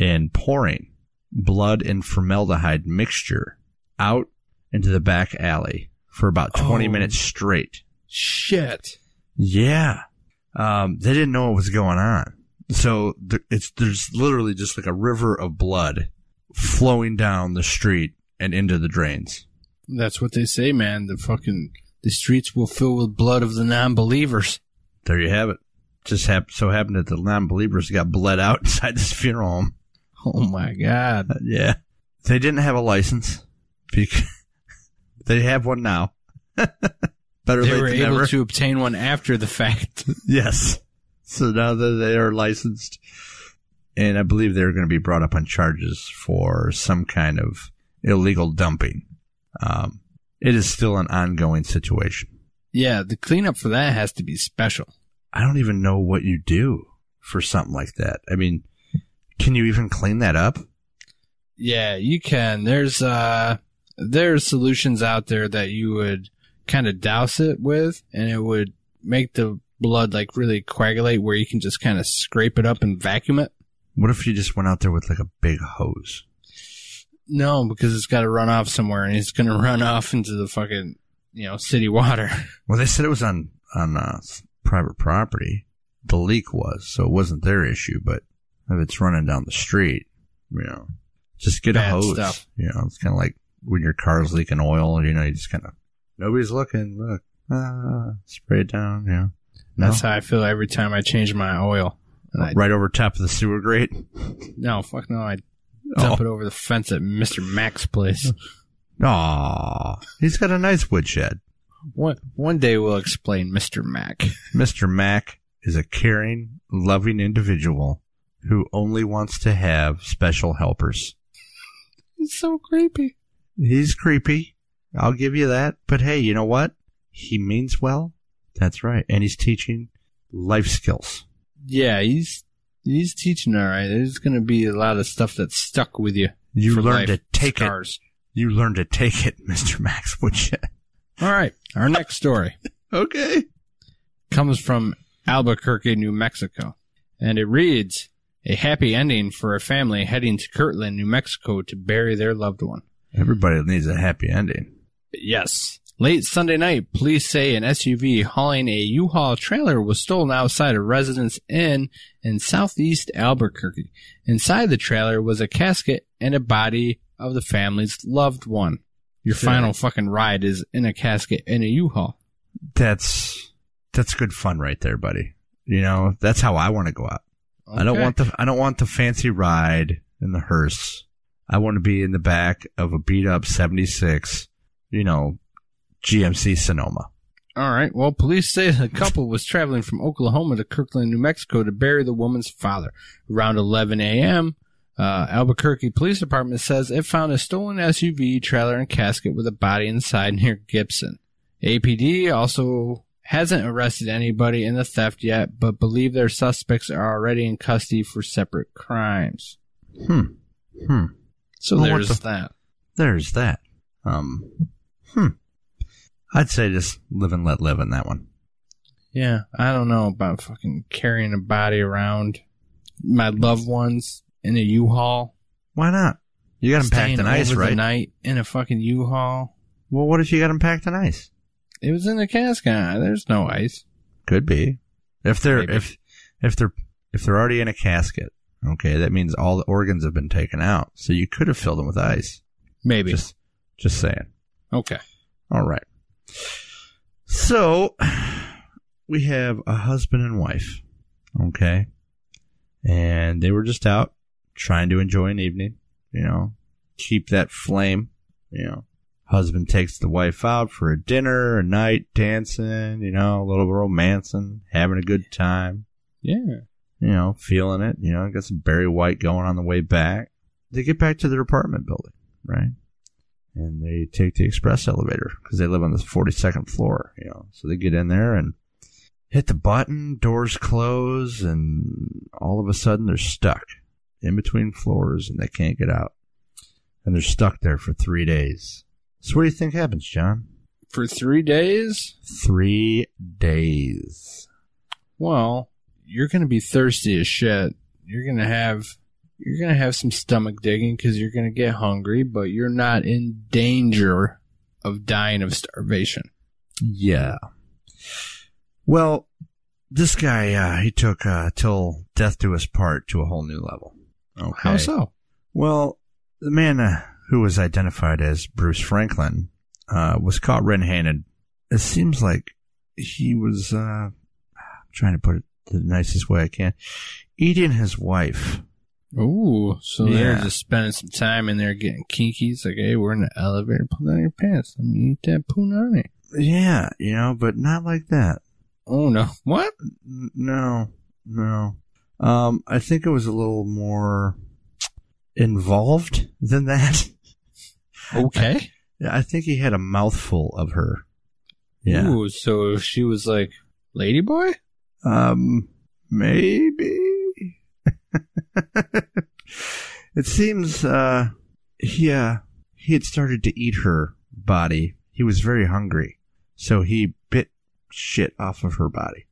Speaker 6: and pouring blood and formaldehyde mixture out into the back alley for about 20
Speaker 5: Oh.
Speaker 6: minutes straight.
Speaker 5: Shit.
Speaker 6: Yeah. Um, they didn't know what was going on. So th- it's there's literally just like a river of blood flowing down the street and into the drains.
Speaker 5: That's what they say, man. The fucking the streets will fill with blood of the non-believers.
Speaker 6: There you have it. Just hap- so happened that the non-believers got bled out inside this funeral home.
Speaker 5: Oh my god.
Speaker 6: Uh, yeah. They didn't have a license. Because they have one now. Better
Speaker 5: They
Speaker 6: late
Speaker 5: were
Speaker 6: than
Speaker 5: able
Speaker 6: never.
Speaker 5: to obtain one after the fact.
Speaker 6: Yes. So now that they are licensed, and I believe they're going to be brought up on charges for some kind of illegal dumping. Um, it is still an ongoing situation.
Speaker 5: Yeah, the cleanup for that has to be special.
Speaker 6: I don't even know what you do for something like that. I mean, can you even clean that up?
Speaker 5: Yeah, you can. There's uh there's solutions out there that you would kind of douse it with and it would make the blood like really coagulate where you can just kind of scrape it up and vacuum it.
Speaker 6: What if you just went out there with like a big hose?
Speaker 5: No, because it's got to run off somewhere and it's going to run off into the fucking, you know, city water.
Speaker 6: Well, they said it was on on uh, s- private property. The leak was, so it wasn't their issue. But if it's running down the street, you know, just get
Speaker 5: Bad
Speaker 6: a hose.
Speaker 5: stuff.
Speaker 6: You know, it's kind of like when your car's leaking oil. You know, you just kind of nobody's looking. Look, ah, spray it down. You know, No?
Speaker 5: That's how I feel every time I change my oil. And I,
Speaker 6: right over top of the sewer grate.
Speaker 5: No, fuck no. I dump it over the fence at Mr. Mac's place.
Speaker 6: Aw, he's got a nice woodshed.
Speaker 5: One, one day we'll explain Mr. Mac.
Speaker 6: Mr. Mack is a caring, loving individual who only wants to have special helpers.
Speaker 5: It's so creepy.
Speaker 6: He's creepy. I'll give you that. But hey, you know what? He means well. That's right. And he's teaching life skills.
Speaker 5: Yeah, he's he's teaching all right. There's going to be a lot of stuff that's stuck with you.
Speaker 6: You
Speaker 5: for
Speaker 6: learn
Speaker 5: life.
Speaker 6: to take
Speaker 5: Scars.
Speaker 6: it. You learn to take it, Mr. Max Woodshed.
Speaker 5: All right. Our next story.
Speaker 6: Okay.
Speaker 5: comes from Albuquerque, New Mexico, and it reads A happy ending for a family heading to Kirtland, New Mexico to bury their loved one.
Speaker 6: Everybody needs a happy ending.
Speaker 5: Yes. Late Sunday night, police say an SUV hauling a U-Haul trailer was stolen outside a residence inn in southeast Albuquerque. Inside the trailer was a casket and a body of the family's loved one. Your
Speaker 6: Yeah.
Speaker 5: final fucking ride is in a casket in a U-Haul.
Speaker 6: That's that's good fun right there, buddy. You know, that's how I want to go out. I don't
Speaker 5: Okay.
Speaker 6: want the I don't want the fancy ride in the hearse. I want to be in the back of a beat up 76, you know, GMC Sonoma.
Speaker 5: All right. Well, police say the couple was traveling from Oklahoma to Kirkland, New Mexico to bury the woman's father. Around 11 a.m., uh, Albuquerque Police Department says it found a stolen SUV, trailer, and casket with a body inside near Gibson. APD also hasn't arrested anybody in the theft yet, but believe their suspects are already in custody for separate crimes.
Speaker 6: Hmm. Hmm.
Speaker 5: So
Speaker 6: Oh, what
Speaker 5: there's
Speaker 6: the-
Speaker 5: that.
Speaker 6: There's that. Um. Hmm. I'd say just live and let live in that one.
Speaker 5: Yeah, I don't know about fucking carrying a body around my loved ones in a U-Haul.
Speaker 6: Why not? You got them
Speaker 5: Staying
Speaker 6: packed in ice,
Speaker 5: over the
Speaker 6: right?
Speaker 5: night in a fucking U-Haul.
Speaker 6: well, what if you got them packed in ice?
Speaker 5: It was in the casket. There's no ice.
Speaker 6: Could be. If they're
Speaker 5: Maybe.
Speaker 6: if if they're if they're already in a casket Okay, that means all the organs have been taken out, so you could have filled them with ice.
Speaker 5: Maybe.
Speaker 6: Just, just saying.
Speaker 5: okay.
Speaker 6: All right. So we have a husband and wife. Okay. And they were just out trying to enjoy an evening, you know, keep that flame, you know. Husband takes the wife out for a dinner, a night, dancing, you know, a little romancing, having a good time,
Speaker 5: Yeah.
Speaker 6: you know, feeling it, you know, got some Barry White going on the way back. They get back to their apartment building, right? and they take the express elevator because they live on the 42nd floor, you know. So they get in there and hit the button, doors close, and all of a sudden they're stuck in between floors and they can't get out. And they're stuck there for three days. So what do you think happens, John?
Speaker 5: For three days?
Speaker 6: Three days.
Speaker 5: Well, you're going to be thirsty as shit. You're going to have you're going to have some stomach digging cuz you're going to get hungry, but you're not in danger of dying of starvation.
Speaker 6: Yeah. Well, this guy, uh, he took uh, till death do us part to a whole new level. Okay.
Speaker 5: How so?
Speaker 6: Well, the man uh, who was identified as Bruce Franklin uh, was caught red-handed. It seems like he was uh, I'm trying to put it the nicest way I can, eating his wife.
Speaker 5: Ooh, so
Speaker 6: Yeah.
Speaker 5: they're just spending some time in there getting kinky. It's like, hey, we're in the elevator. Pull down your pants. Let me eat that punani.
Speaker 6: Yeah, you know, but not like that.
Speaker 5: Oh no! What?
Speaker 6: N- No, no. Um, I think it was a little more involved than that.
Speaker 5: Okay.
Speaker 6: Yeah, I think he had a mouthful of her. Yeah.
Speaker 5: Ooh, so she was like, "Ladyboy."
Speaker 6: Um, maybe. it seems uh, he uh, he had started to eat her body. He was very hungry, so he bit shit off of her body.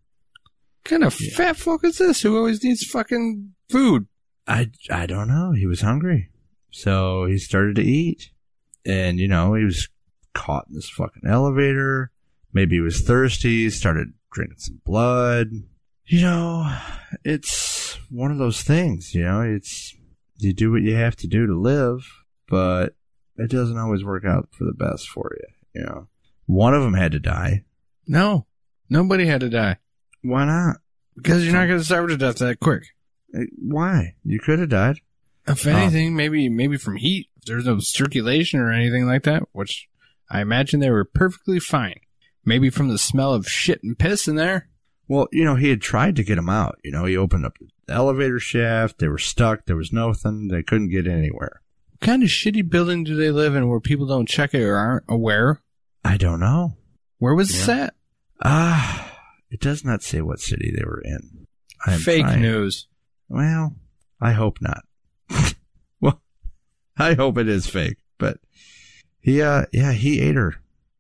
Speaker 5: kind of
Speaker 6: Yeah.
Speaker 5: fat fuck is this? Who always needs fucking food?
Speaker 6: I I don't know. He was hungry, so he started to eat, and you know he was caught in this fucking elevator. Maybe he was thirsty. Started drinking some blood. You know, it's one of those things. You know, it's you do what you have to do to live, but it doesn't always work out for the best for you. You know, one of them had to die.
Speaker 5: No, nobody had to die
Speaker 6: Why not?
Speaker 5: because you're not going to starve to death that quick.
Speaker 6: Eh, Why? You could have died.
Speaker 5: If
Speaker 6: Oh.
Speaker 5: anything, maybe maybe from heat. If there's no circulation or anything like that, which I imagine they were perfectly fine. Maybe from the smell of shit and piss in there.
Speaker 6: Well, you know, he had tried to get them out. You know, he opened up the elevator shaft. They were stuck. There was nothing. They couldn't get anywhere.
Speaker 5: What kind of shitty building do they live in where people don't check it or aren't aware?
Speaker 6: I don't know.
Speaker 5: Where was
Speaker 6: Yeah.
Speaker 5: that?
Speaker 6: Ah, it does not say what city they were in. I am
Speaker 5: Fake
Speaker 6: trying-
Speaker 5: news.
Speaker 6: Well, I hope not. well, I hope it is fake. But he, uh, yeah, he ate her,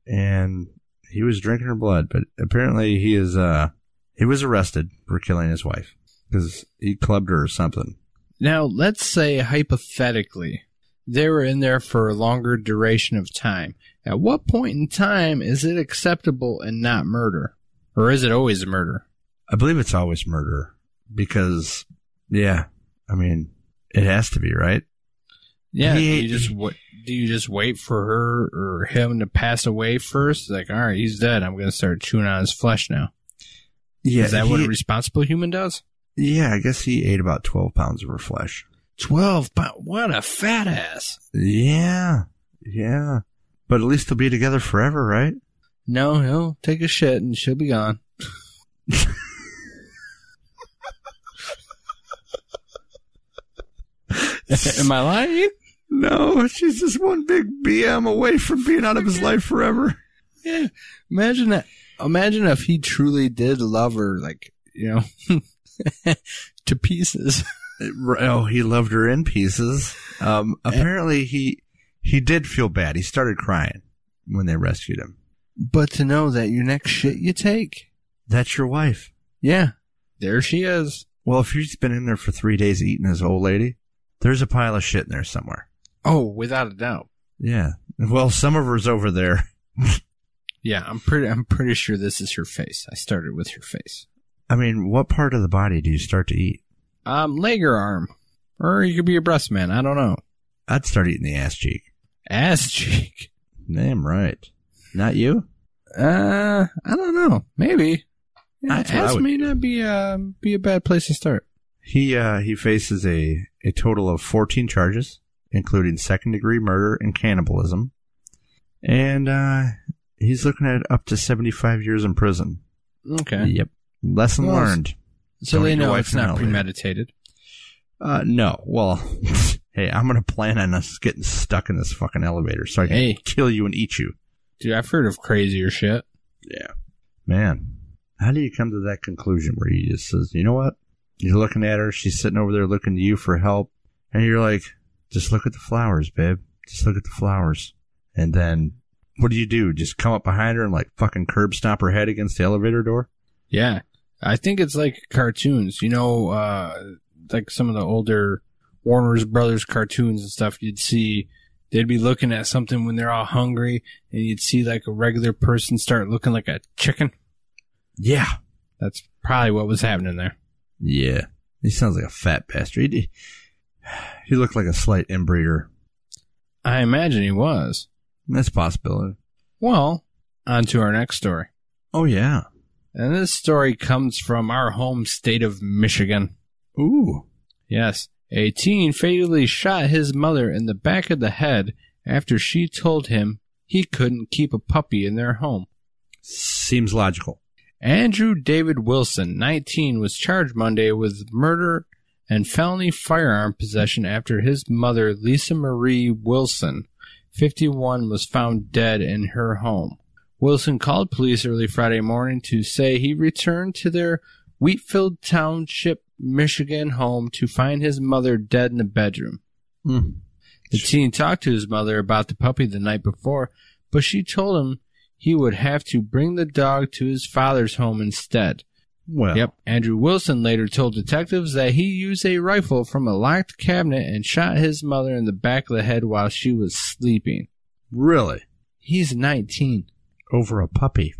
Speaker 6: and he was drinking her blood. But apparently, he is. Uh, he was arrested for killing his wife because he clubbed her or something.
Speaker 5: Now, let's say hypothetically, they were in there for a longer duration of time. At what point in time is it acceptable and not murder? Or is it always murder?
Speaker 6: I believe it's always murder because, yeah, I mean, it has to be, right?
Speaker 5: Yeah, do
Speaker 6: He-
Speaker 5: you just wa do you just wait for her or him to pass away first? Like, all right, he's dead. I'm going to start chewing on his flesh now.
Speaker 6: Yeah.
Speaker 5: is that what
Speaker 6: he-
Speaker 5: a responsible human does?
Speaker 6: yeah, I guess he ate about 12 pounds of her flesh.
Speaker 5: Twelve, but what a fat ass!
Speaker 6: Yeah. Yeah. But at least they'll be together forever, right?
Speaker 5: No, he'll take a shit and she'll be gone. Am I lying?
Speaker 6: No, she's just one big BM away from being out of his life forever.
Speaker 5: Yeah. Imagine that. Imagine if he truly did love her, like you know, to pieces.
Speaker 6: Oh, he loved her in pieces. Um, apparently he, he did feel bad. He started crying when they rescued him.
Speaker 5: But to know that your next shit you take,
Speaker 6: That's your wife.
Speaker 5: yeah, there she is.
Speaker 6: Well, if he's been in there for three days eating his old lady, there's a pile of shit in there somewhere.
Speaker 5: Oh, without a doubt.
Speaker 6: Yeah. Well, some of her's over there.
Speaker 5: Yeah, I'm pretty. I'm pretty sure this is her face. I started with her face.
Speaker 6: I mean, what part of the body do you start to eat?
Speaker 5: Um, leg or arm. Or you could be a breast man. I don't know.
Speaker 6: I'd start eating the ass cheek.
Speaker 5: Ass cheek.
Speaker 6: Damn right. Not you?
Speaker 5: Uh, I don't know. Maybe. Yeah,
Speaker 6: That's what I
Speaker 5: ass
Speaker 6: would
Speaker 5: may not be uh, be a bad place to start.
Speaker 6: He uh, he faces a, a total of 14 charges, including second degree murder and cannibalism. And uh, he's looking at up to 75 years in prison.
Speaker 5: Okay.
Speaker 6: Yep. Lesson
Speaker 5: Well,
Speaker 6: learned.
Speaker 5: So
Speaker 6: Don't
Speaker 5: they
Speaker 6: eat your
Speaker 5: know
Speaker 6: wife's
Speaker 5: it's not
Speaker 6: mouth, lady.
Speaker 5: premeditated.
Speaker 6: Uh, no. Well, hey, I'm going to plan on us getting stuck in this fucking elevator so I can
Speaker 5: Hey.
Speaker 6: kill you and eat you.
Speaker 5: Dude, I've heard of crazier shit.
Speaker 6: Yeah. Man, how do you come to that conclusion where you just says, you know what? You're looking at her, she's sitting over there looking to you for help, and you're like, just look at the flowers, babe. Just look at the flowers. And then what do you do? Just come up behind her and like fucking curb stomp her head against the elevator door?
Speaker 5: Yeah. I think it's like cartoons, you know, uh, like some of the older Warner Brothers cartoons and stuff. You'd see, they'd be looking at something when they're all hungry, and you'd see like a regular person start looking like a chicken.
Speaker 6: Yeah.
Speaker 5: That's probably what was happening there.
Speaker 6: Yeah. He sounds like a fat bastard. He, he looked like a slight inbreeder.
Speaker 5: I imagine he was.
Speaker 6: That's a possibility.
Speaker 5: Well, on to our next story.
Speaker 6: Oh, yeah.
Speaker 5: And this story comes from our home state of Michigan.
Speaker 6: Ooh.
Speaker 5: Yes, a teen fatally shot his mother in the back of the head after she told him he couldn't keep a puppy in their home.
Speaker 6: Seems logical.
Speaker 5: Andrew David Wilson, 19, was charged Monday with murder and felony firearm possession after his mother, Lisa Marie Wilson, 51, was found dead in her home. Wilson called police early Friday morning to say he returned to their Wheatfield Township, Michigan home to find his mother dead in the bedroom.
Speaker 6: Mm.
Speaker 5: The teen talked to his mother about the puppy the night before, but she told him he would have to bring the dog to his father's home instead.
Speaker 6: Well,
Speaker 5: Yep. Andrew Wilson later told detectives that he used a rifle from a locked cabinet and shot his mother in the back of the head while she was sleeping.
Speaker 6: really?
Speaker 5: He's 19
Speaker 6: Over a puppy.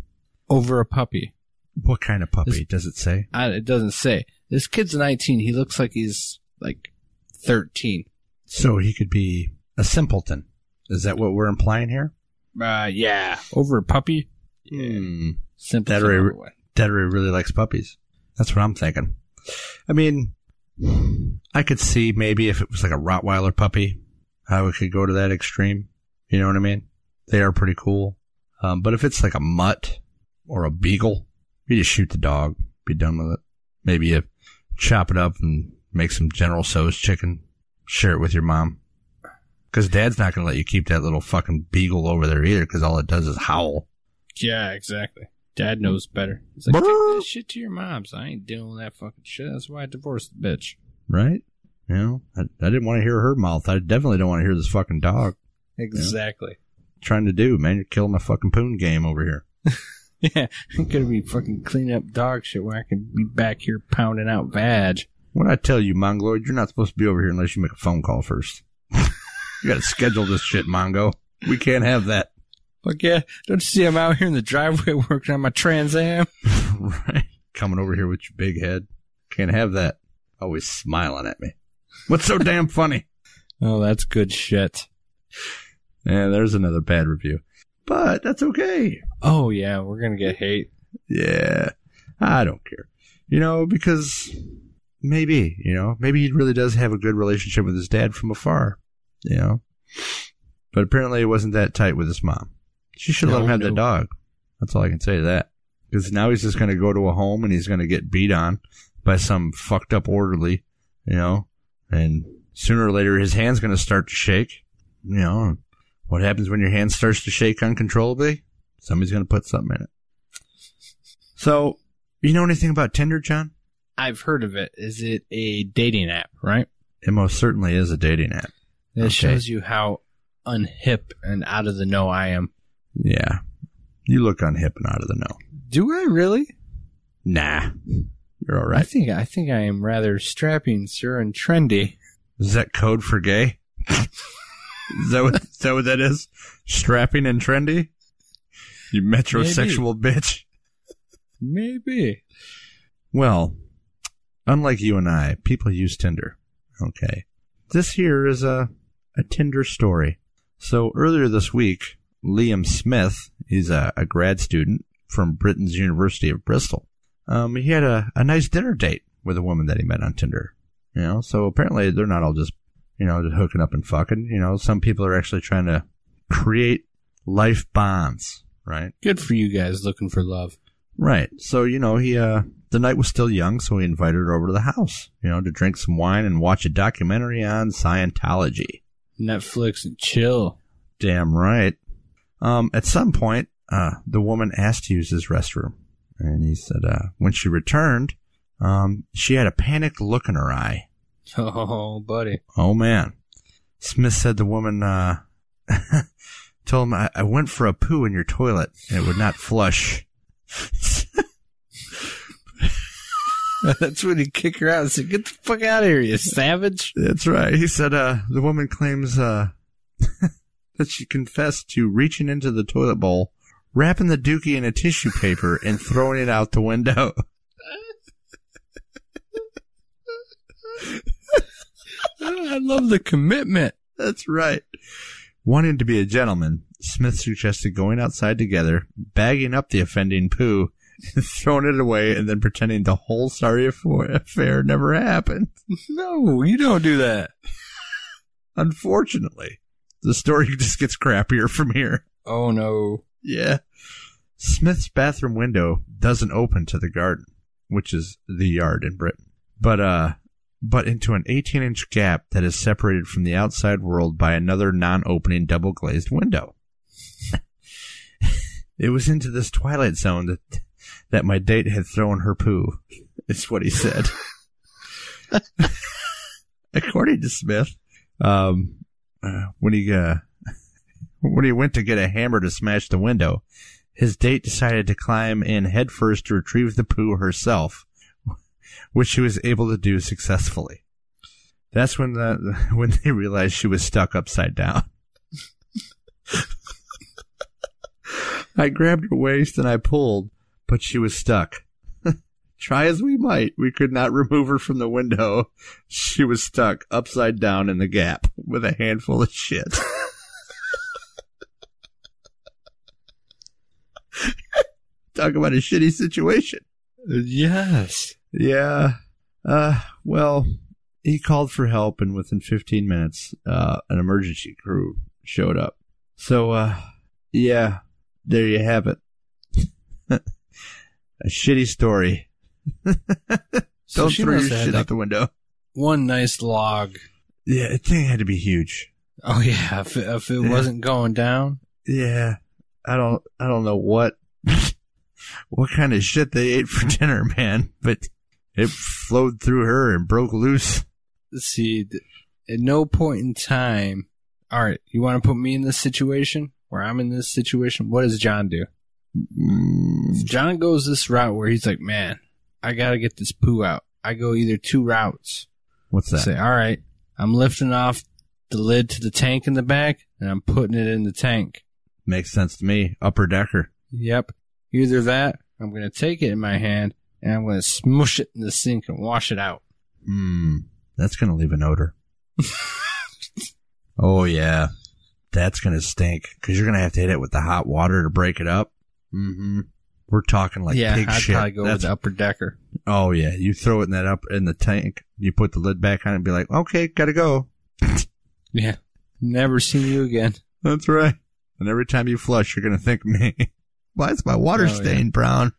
Speaker 5: over a puppy.
Speaker 6: What kind of puppy
Speaker 5: This-
Speaker 6: does it say?
Speaker 5: I, it doesn't say. This kid's 19. He looks like he's like 13.
Speaker 6: So he could be a simpleton. Is that what we're implying here?
Speaker 5: Uh, yeah. Over a puppy?
Speaker 6: Hmm.
Speaker 5: Simple.
Speaker 6: That
Speaker 5: all
Speaker 6: or-
Speaker 5: the way.
Speaker 6: Dedry really likes puppies. That's what I'm thinking. I mean, I could see maybe if it was like a Rottweiler puppy, how it could go to that extreme. You know what I mean? They are pretty cool. Um, but if it's like a mutt or a beagle, you just shoot the dog, be done with it. Maybe you chop it up and make some General So's chicken, share it with your mom. Because dad's not going to let you keep that little fucking beagle over there either, because all it does is howl.
Speaker 5: Yeah, exactly. Dad knows better. He's like, take that shit to your mom's. I ain't dealing with that fucking shit. That's why I divorced the bitch.
Speaker 6: right? You know, I, I didn't want to hear her mouth. I definitely don't want to hear this fucking dog
Speaker 5: Exactly.
Speaker 6: trying to do, man. You're killing my fucking poon game over here.
Speaker 5: Yeah, I'm gonna be fucking cleaning up dog shit where I can be back here pounding out vag.
Speaker 6: When I tell you, Mongoloid, you're not supposed to be over here unless you make a phone call first. you got to schedule this shit, Mongo. We can't have that.
Speaker 5: Fuck yeah. Don't you see I'm out here in the driveway working on my Trans Am?
Speaker 6: right? Coming over here with your big head. Can't have that. Always smiling at me. What's so damn funny?
Speaker 5: Oh, that's good shit.
Speaker 6: Yeah, there's another bad review. But that's okay.
Speaker 5: Oh yeah, we're gonna get hate.
Speaker 6: Yeah, I don't care. You know, because maybe, you know, maybe he really does have a good relationship with his dad from afar, you know. But apparently it wasn't that tight with his mom. She should let
Speaker 5: No,
Speaker 6: him have
Speaker 5: no.
Speaker 6: the dog. That's all I can say to that. Because now he's just going to go to a home and he's going to get beat on by some fucked up orderly, you know. And sooner or later his hand's going to start to shake, you know. and What happens when your hand starts to shake uncontrollably? Somebody's going to put something in it. So, you know anything about Tinder, John?
Speaker 5: I've heard of it. Is it a dating app, right?
Speaker 6: It most certainly is a dating app.
Speaker 5: That
Speaker 6: Okay.
Speaker 5: shows you how unhip and out of the know I am.
Speaker 6: Yeah. You look unhip and out of the know.
Speaker 5: Do I really?
Speaker 6: Nah. You're all
Speaker 5: I
Speaker 6: right.
Speaker 5: think I think I am rather strapping, sir, and trendy.
Speaker 6: Is that code for gay? is, that what, is that what that is? Strapping and trendy? You metrosexual bitch.
Speaker 5: Maybe.
Speaker 6: Well, Unlike you and I, people use Tinder. Okay. This here is a, a Tinder story. So earlier this week, Liam Smith, he's a, a grad student from Britain's University of Bristol. Um, he had a, a nice dinner date with a woman that he met on Tinder. You know, so apparently they're not all just, you know, just hooking up and fucking. You know, some people are actually trying to create life bonds, right?
Speaker 5: Good for you guys looking for love.
Speaker 6: Right. So, you know, he, uh, the night was still young, so he invited her over to the house, you know, to drink some wine and watch a documentary on Scientology.
Speaker 5: Netflix and chill.
Speaker 6: Damn right. Um, at some point, uh, the woman asked to use his restroom. And he said, uh, when she returned, um, she had a panicked look in her eye.
Speaker 5: Oh, buddy.
Speaker 6: Oh, man. Smith said the woman, uh, told him, I, I went for a poo in your toilet and it would not flush.
Speaker 5: That's when he kick her out and said, Get the fuck out of here, you savage.
Speaker 6: That's right. He said uh, the woman claims uh, that she confessed to reaching into the toilet bowl, wrapping the dookie in a tissue paper, and throwing it out the window.
Speaker 5: I love the commitment.
Speaker 6: That's right. Wanting to be a gentleman, Smith suggested going outside together, bagging up the offending poo, and throwing it away, and then pretending the whole sorry affo- affair never happened.
Speaker 5: No, you don't do that.
Speaker 6: Unfortunately, the story just gets crappier from here.
Speaker 5: Oh, no.
Speaker 6: Yeah. Smith's bathroom window doesn't open to the garden, which is the yard in Britain, but uh, but into an 18 inch gap that is separated from the outside world by another non opening double glazed window. it was into this twilight zone that, that my date had thrown her poo. It's what he said. According to Smith, um, uh, when he uh, when he went to get a hammer to smash the window, his date decided to climb in headfirst to retrieve the poo herself, which she was able to do successfully. That's when the when they realized she was stuck upside down. I grabbed her waist and I pulled, but she was stuck. Try as we might, we could not remove her from the window. She was stuck upside down in the gap with a handful of shit. Talk about a shitty situation.
Speaker 5: Yes.
Speaker 6: Yeah. Uh, well, he called for help, and within 15 minutes, uh, an emergency crew showed up. So, uh, yeah, there you have it. a shitty story.
Speaker 5: So
Speaker 6: Don't
Speaker 5: she
Speaker 6: throw your
Speaker 5: must have had,
Speaker 6: shit out
Speaker 5: like,
Speaker 6: the window.
Speaker 5: one nice log.
Speaker 6: Yeah, the thing had to be huge.
Speaker 5: Oh, yeah. If, if it
Speaker 6: Yeah.
Speaker 5: wasn't going down,
Speaker 6: Yeah, I don't, I don't know what, what kind of shit they ate for dinner, man. But it flowed through her and broke loose.
Speaker 5: let's see. th- At no point in time, all right, you want to put me in this situation where I'm in this situation? What does John do?
Speaker 6: Mm,
Speaker 5: John goes this route where he's like, man, I got to get this poo out. I go either two routes.
Speaker 6: What's that?
Speaker 5: Say, all right, I'm lifting off the lid to the tank in the back and I'm putting it in the tank.
Speaker 6: Makes sense to me. Upper decker.
Speaker 5: Yep. Either that, I'm going to take it in my hand and I'm going to smush it in the sink and wash it out.
Speaker 6: Hmm. That's gonna leave an odor. oh yeah, that's gonna stink because you're gonna have to hit it with the hot water to break it up. Mm-hmm. We're talking like
Speaker 5: yeah,
Speaker 6: pig
Speaker 5: I'd
Speaker 6: shit.
Speaker 5: probably go
Speaker 6: That's-
Speaker 5: with the upper decker.
Speaker 6: Oh yeah, you throw it in that up in the tank. You put the lid back on it and be like, "Okay, gotta go."
Speaker 5: Yeah. Never seen you again.
Speaker 6: That's right. And every time you flush, you're gonna think of me. Why is my water
Speaker 5: Oh, yeah.
Speaker 6: stained brown?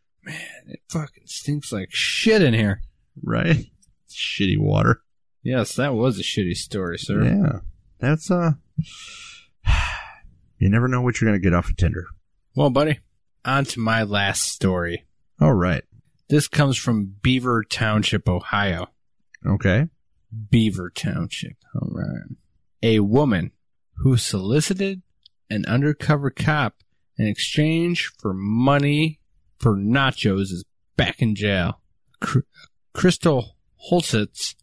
Speaker 5: It fucking stinks like shit in here.
Speaker 6: Right? Shitty water.
Speaker 5: Yes, that was a shitty story, sir.
Speaker 6: Yeah, that's uh. You never know what you're gonna get off of Tinder.
Speaker 5: Well, buddy, on to my last story.
Speaker 6: All Oh, right.
Speaker 5: This comes from Beaver Township, Ohio.
Speaker 6: Okay.
Speaker 5: Beaver Township. All right. A woman who solicited an undercover cop in exchange for money for nachos is back in jail. Cr- Crystal Holsitz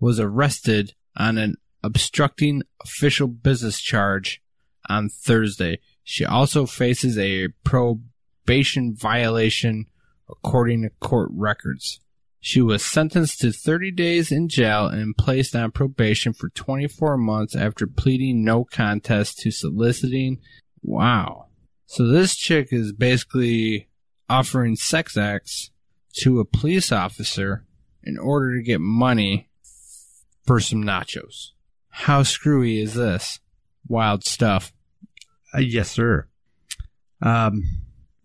Speaker 5: was arrested on an obstructing official business charge on Thursday. She also faces a probation violation according to court records. She was sentenced to 30 days in jail and placed on probation for 24 months after pleading no contest to soliciting. Wow. So this chick is basically offering sex acts to a police officer in order to get money for some nachos. How screwy is this? Wild stuff.
Speaker 6: Uh, yes, sir. Um,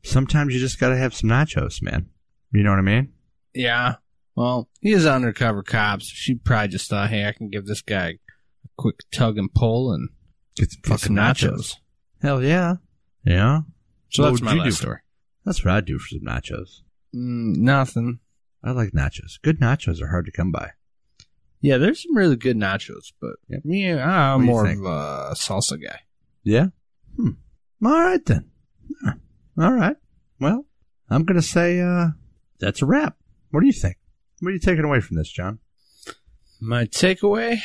Speaker 6: sometimes you just gotta have some nachos, man. You know what I mean?
Speaker 5: Yeah. Well, he is undercover cops. She probably just thought, hey, I can give this guy a quick tug and pull and
Speaker 6: Get some
Speaker 5: get some nachos.
Speaker 6: Hell yeah. Yeah.
Speaker 5: So
Speaker 6: What
Speaker 5: that's
Speaker 6: would
Speaker 5: my
Speaker 6: you do
Speaker 5: last
Speaker 6: for-
Speaker 5: story.
Speaker 6: That's what I do for some nachos.
Speaker 5: Mm, nothing.
Speaker 6: I like nachos. Good nachos are hard to come by.
Speaker 5: Yeah, there's some really good nachos, but
Speaker 6: Yep.
Speaker 5: me, I'm
Speaker 6: What do you
Speaker 5: more of
Speaker 6: think?
Speaker 5: a salsa guy.
Speaker 6: Yeah. Hmm. All right then. Huh. All right. Well, I'm gonna say uh, that's a wrap. What do you think? What are you taking away from this, John?
Speaker 5: My takeaway: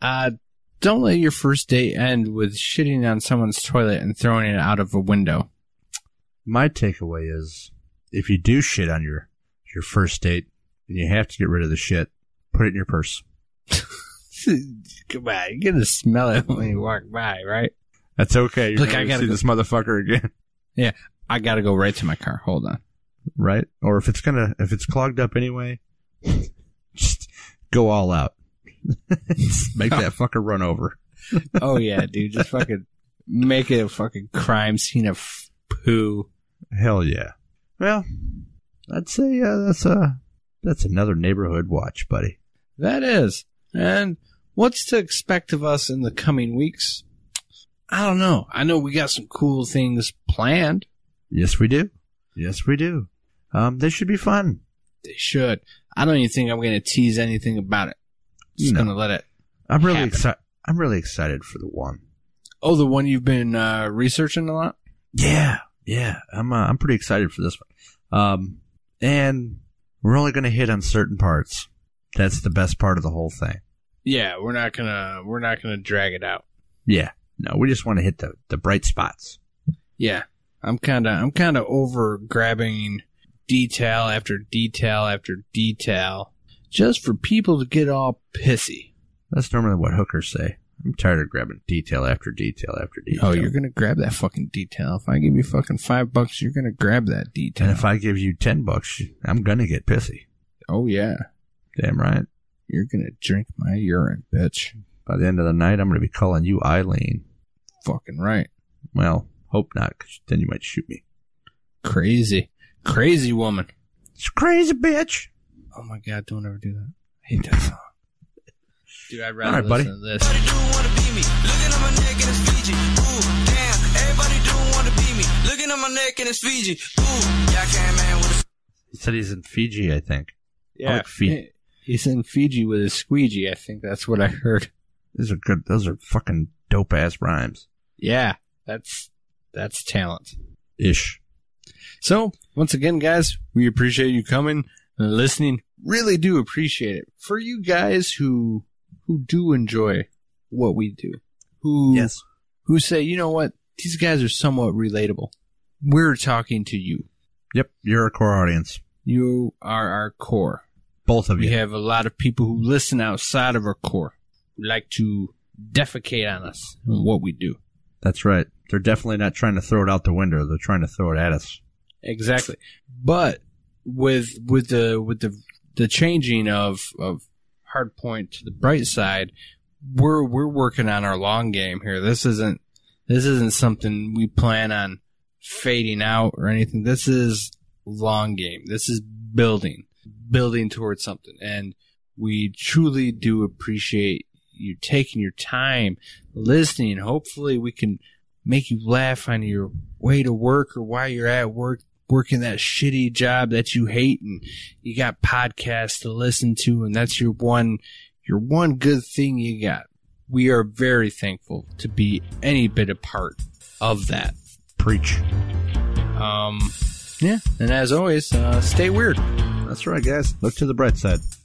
Speaker 5: uh, don't let your first date end with shitting on someone's toilet and throwing it out of a window.
Speaker 6: My takeaway is if you do shit on your your first date and you have to get rid of the shit, put it in your purse.
Speaker 5: Come on, you're gonna smell it when you walk by, right?
Speaker 6: That's okay. You're
Speaker 5: Look,
Speaker 6: never
Speaker 5: I
Speaker 6: gonna
Speaker 5: gotta
Speaker 6: see
Speaker 5: go-
Speaker 6: this motherfucker again,
Speaker 5: I gotta go right to my car. Hold on.
Speaker 6: right? Or if it's gonna if it's clogged up anyway, just go all out. Just Make that fucker run over.
Speaker 5: Oh yeah, dude, just fucking make it a fucking crime scene of poo.
Speaker 6: Hell yeah. Well, I'd say uh, that's a that's another neighborhood watch, buddy.
Speaker 5: That is. And what's to expect of us in the coming weeks? I don't know. I know we got some cool things planned.
Speaker 6: Yes, we do. Yes, we do. Um, they should be fun.
Speaker 5: They should. I don't even think I'm going to tease anything about it. Just
Speaker 6: No.
Speaker 5: going to let it.
Speaker 6: I'm really
Speaker 5: Happen.
Speaker 6: excited. I'm really excited for the one.
Speaker 5: Oh, the one you've been uh, researching a lot?
Speaker 6: Yeah, yeah. I'm uh, I'm pretty excited for this one. Um, and we're only going to hit on certain parts. That's the best part of the whole thing.
Speaker 5: Yeah, we're not going to we're not going to drag it out.
Speaker 6: Yeah. No, we just want to hit the the bright spots.
Speaker 5: Yeah. I'm kind of I'm kind of over grabbing detail after detail after detail just for people to get all pissy.
Speaker 6: That's normally what hookers say. I'm tired of grabbing detail after detail after detail.
Speaker 5: Oh, you're gonna grab that fucking detail. If I give you fucking five bucks, you're gonna grab that detail.
Speaker 6: And if I give you ten bucks, I'm gonna get pissy.
Speaker 5: oh yeah,
Speaker 6: Damn right.
Speaker 5: you're gonna drink my urine, bitch.
Speaker 6: By the end of the night, I'm gonna be calling you Eileen.
Speaker 5: Fucking right.
Speaker 6: Well, hope not, 'cause then you might shoot me.
Speaker 5: Crazy, crazy woman.
Speaker 6: It's crazy, bitch.
Speaker 5: Oh my god, don't ever do that. I hate that song. Dude, I'd rather
Speaker 6: All right, buddy.
Speaker 5: listen to this.
Speaker 3: Everybody do wanna be me. Looking at my neck and it's Fiji. Ooh, damn. Everybody do wanna be me. Looking at my neck and it's Fiji. Ooh, y'all came in with a
Speaker 6: He said he's in Fiji, I think. Yeah. like Fiji.
Speaker 5: He's in Fiji with his squeegee. I think that's what I heard.
Speaker 6: Those are good. Those are fucking dope ass rhymes.
Speaker 5: Yeah, that's that's talent.
Speaker 6: Ish.
Speaker 5: So, once again, guys, we appreciate you coming and listening. Really do appreciate it. For you guys who who do enjoy what we do, who who say, you know what, these guys are somewhat relatable. We're talking to you.
Speaker 6: Yep. You're a core audience.
Speaker 5: You are our core.
Speaker 6: Both of
Speaker 5: We
Speaker 6: you.
Speaker 5: have a lot of people who listen outside of our core, who like to defecate on us and what we do.
Speaker 6: That's right. They're definitely not trying to throw it out the window. They're trying to throw it at us.
Speaker 5: Exactly. But with with the with the the changing of of hardpoint to the bright side, we're we're working on our long game here. This isn't this isn't something we plan on fading out or anything. This is long game. This is building building towards something and we truly do appreciate you taking your time listening. Hopefully we can make you laugh on your way to work or while you're at work working that shitty job that you hate and you got podcasts to listen to and that's your one your one good thing you got. We are very thankful to be any bit a part of that.
Speaker 6: Preach.
Speaker 5: Um yeah, and as always, uh, stay weird.
Speaker 6: That's right, guys. Look to the bright side.